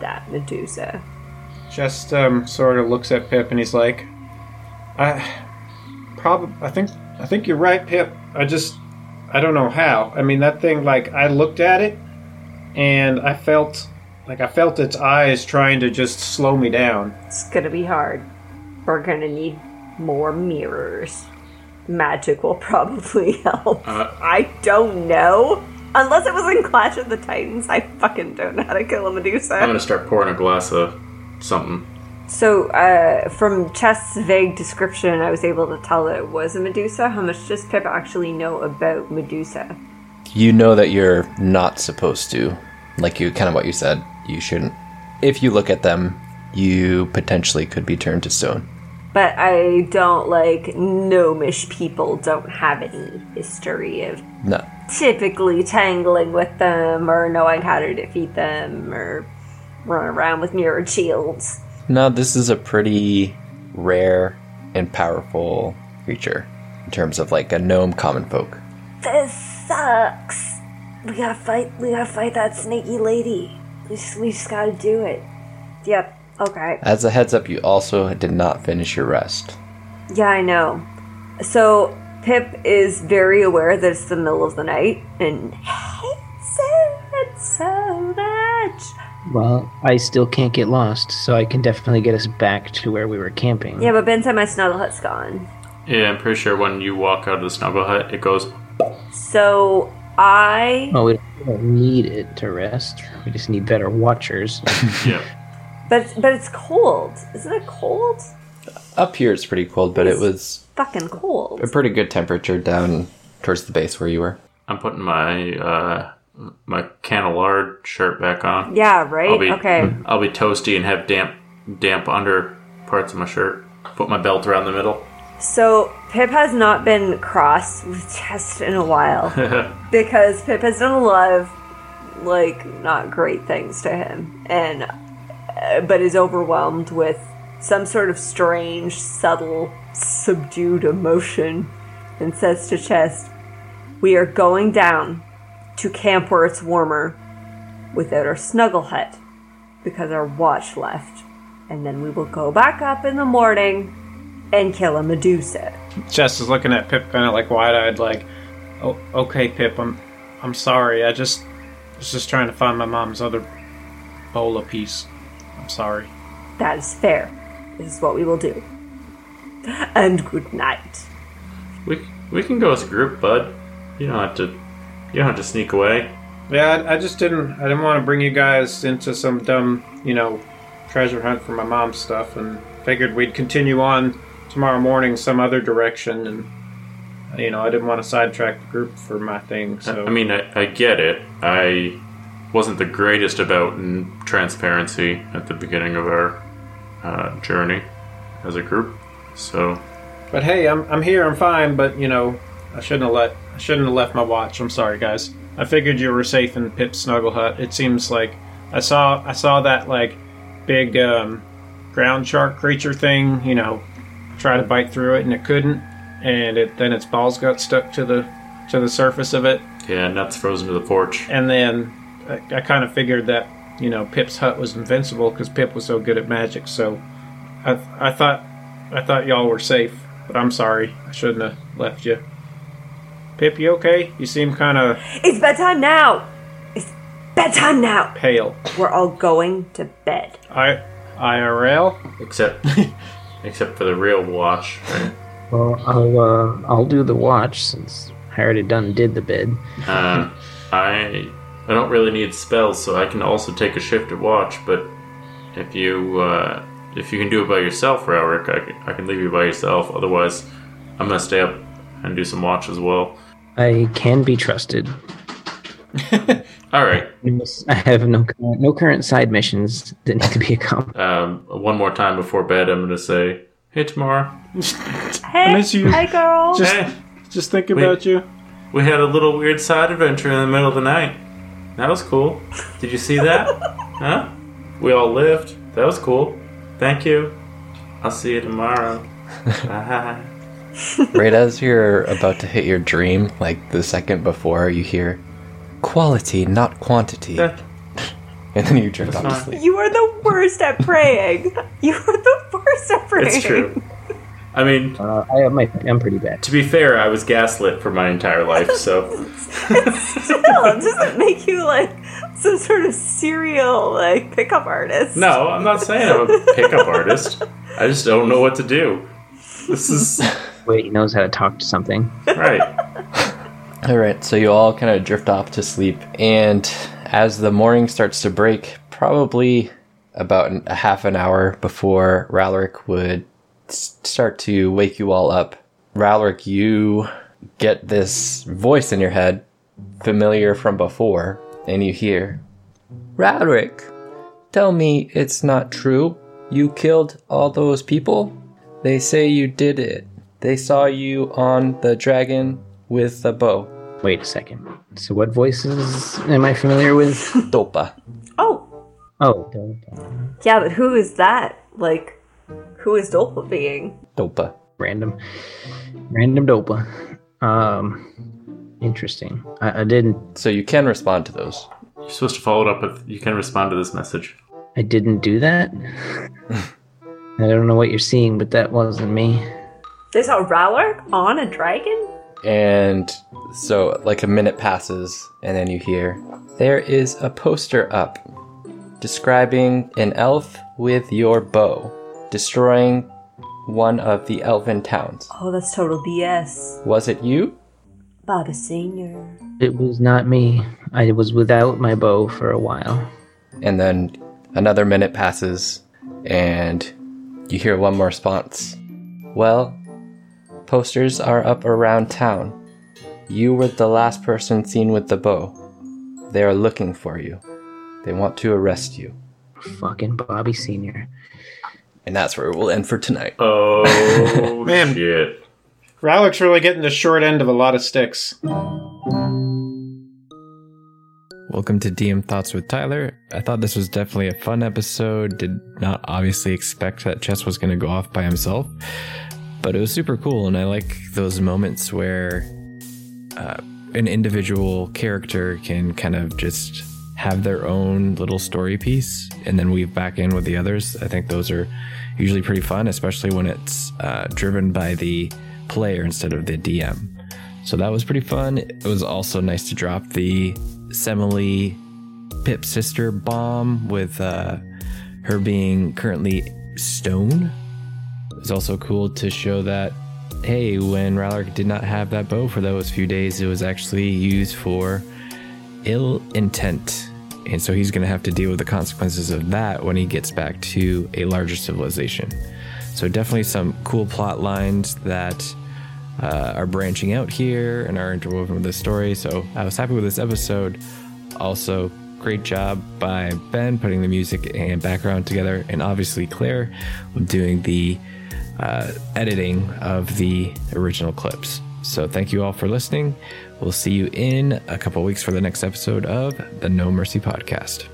H: that Medusa.
D: Just um, sort of looks at Pip and he's like, "I, prob, I think, I think you're right, Pip. I just, I don't know how. I mean, that thing. Like, I looked at it, and I felt, like, I felt its eyes trying to just slow me down.
H: It's gonna be hard. We're gonna need more mirrors. Magic will probably help. I don't know. Unless it was in Clash of the Titans, I fucking don't know how to kill a Medusa.
F: I'm gonna start pouring a glass of something.
H: So, uh, from Chest's vague description, I was able to tell it was a Medusa. How much does Pip actually know about Medusa?
B: You know that you're not supposed to. Like you kind of what you said, you shouldn't. If you look at them, you potentially could be turned to stone.
H: But I don't like gnomish people don't have any history of
B: No.
H: typically tangling with them or knowing how to defeat them or run around with mirrored shields.
B: No, this is a pretty rare and powerful creature in terms of like a gnome common folk.
H: This sucks. We gotta fight. We gotta fight that snaky lady. We just, we just gotta do it. Yep. Okay.
B: As a heads up, you also did not finish your rest.
H: Yeah, I know. So Pip is very aware that it's the middle of the night and hates it so much.
G: Well, I still can't get lost, so I can definitely get us back to where we were camping.
H: Yeah, but by the time my snuggle hut's gone.
F: Yeah, I'm pretty sure when you walk out of the snuggle hut, it goes.
H: So I.
G: Well, we don't need it to rest. We just need better watchers.
F: Yeah.
H: But but it's cold. Isn't it cold?
B: Up here, it's pretty cold, but it was
H: Fucking cold.
B: a pretty good temperature down towards the base where you were.
F: I'm putting my uh, my canelard shirt back on.
H: Yeah,
F: I'll
H: right?
F: be
H: okay.
F: I'll be toasty and have damp damp under parts of my shirt. Put my belt around the middle.
H: So Pip has not been cross with Chest in a while because Pip has done a lot of like not great things to him, and uh, but is overwhelmed with some sort of strange, subtle, subdued emotion, and says to Chest, "We are going down to camp where it's warmer, without our snuggle hut, because our watch left, and then we will go back up in the morning." and kill a Medusa.
D: Jess is looking at Pip kind of like wide-eyed, like, "Oh, okay, Pip. I'm, I'm sorry. I just was just trying to find my mom's other bola piece. I'm sorry."
H: That is fair. This is what we will do. And good night.
F: We we can go as a group, bud. You don't have to you don't have to sneak away.
D: Yeah, I, I just didn't. I didn't want to bring you guys into some dumb, you know, treasure hunt for my mom's stuff, and figured we'd continue on tomorrow morning some other direction, and you know, I didn't want to sidetrack the group for my thing. So
F: I mean, I, I get it. I wasn't the greatest about n- transparency at the beginning of our uh, journey as a group, so
D: but hey, I'm I'm here. I'm fine. But you know, I shouldn't have let I shouldn't have left my watch. I'm sorry, guys. I figured you were safe in Pip's snuggle hut. It seems like I saw I saw that like big um, ground shark creature thing. You know, try to bite through it and it couldn't, and it then its balls got stuck to the to the surface of it,
F: yeah, nuts frozen to the porch.
D: and then I, I kind of figured that you know Pip's hut was invincible because Pip was so good at magic. So I I thought I thought y'all were safe, but I'm sorry I shouldn't have left you. Pip, you okay? You seem kind of
H: It's bedtime now! It's bedtime now!
D: pale.
H: We're all going to bed.
D: I IRL.
F: Except except for the real wash.
G: well, I'll uh, I'll do the watch since I already done did the bid.
F: Uh, I I don't really need spells, so I can also take a shift at watch. But if you uh, if you can do it by yourself, Rowrick, I can, I can leave you by yourself. Otherwise, I'm gonna stay up and do some watch as well.
G: I can be trusted.
F: All right.
G: I have no current- no current side missions that need to be accomplished.
F: Um, one more time before bed, I'm gonna say, "Hey, Tamara,
H: Hey,
D: miss you.
H: hey girl!
D: Just
F: Hey.
D: just think about you.
F: we had a little weird side adventure in the middle of the night. That was cool. Did you see that? huh? We all lived. That was cool. Thank you. I'll see you tomorrow. Bye."
B: right as you're about to hit your dream, like the second before, you hear quality, not quantity.
F: That-
B: and then you drift on to
J: fine.
B: sleep.
H: You are the worst at praying. You are the worst at praying.
F: It's true. I mean,
G: Uh, I am. I'm pretty bad.
F: to be fair, I was gaslit for my entire life, so
H: Still, it doesn't make you like some sort of serial like pickup artist.
F: no, I'm not saying I'm a pickup artist. I just don't know what to do. This is
G: Wait, he knows how to talk to something.
F: right.
B: All right, so you all kind of drift off to sleep, and as the morning starts to break, probably about an, a half an hour before Ralric would s- start to wake you all up, Ralric, you get this voice in your head, familiar from before, and you hear, Ralric, tell me it's not true. You killed all those people? They say you did it. They saw you on the dragon with a bow.
G: Wait a second. So, what voices am I familiar with?
B: Dopa.
H: Oh,
G: Oh, don't-
H: yeah, but who is that? Like, who is Dolpa being?
B: Dopa.
G: random, random dopa. Um, interesting. I, I didn't.
B: So you can respond to those.
F: You're supposed to follow it up with you can respond to this message.
G: I didn't do that. I don't know what you're seeing, but that wasn't me.
H: They saw Rowlark on a dragon?
B: And so, like, a minute passes, and then you hear there is a poster up describing an elf with your bow destroying one of the elven towns.
H: Oh, that's total BS.
B: Was it you?
H: Baba Senior.
G: It was not me. I was without my bow for a while.
B: And then another minute passes, and you hear one more response. Well, posters are up around town. You were the last person seen with the bow. They are looking for you. They want to arrest you.
G: Fucking Bobby Senior.
B: And that's where we'll end for tonight.
F: Oh
J: Man.
F: shit!
J: Ralik's really getting the short end of a lot of sticks.
A: Welcome to DM Thoughts with Tyler. I thought this was definitely a fun episode. Did not obviously expect that Chess was going to go off by himself, but it was super cool. And I like those moments where uh, an individual character can kind of just have their own little story piece and then weave back in with the others. I think those are usually pretty fun, especially when it's uh, driven by the player instead of the DM. So that was pretty fun. It was also nice to drop the Semele Pip sister bomb with uh, her being currently stone. It was also cool to show that, hey, when Rallark did not have that bow for those few days, it was actually used for ill intent. And so he's going to have to deal with the consequences of that when he gets back to a larger civilization. So, definitely some cool plot lines that uh, are branching out here and are interwoven with the story. So I was happy with this episode. Also, great job by Ben putting the music and background together, and obviously Claire with doing the uh, editing of the original clips. So thank you all for listening. We'll see you in a couple weeks for the next episode of the No Mercy Podcast.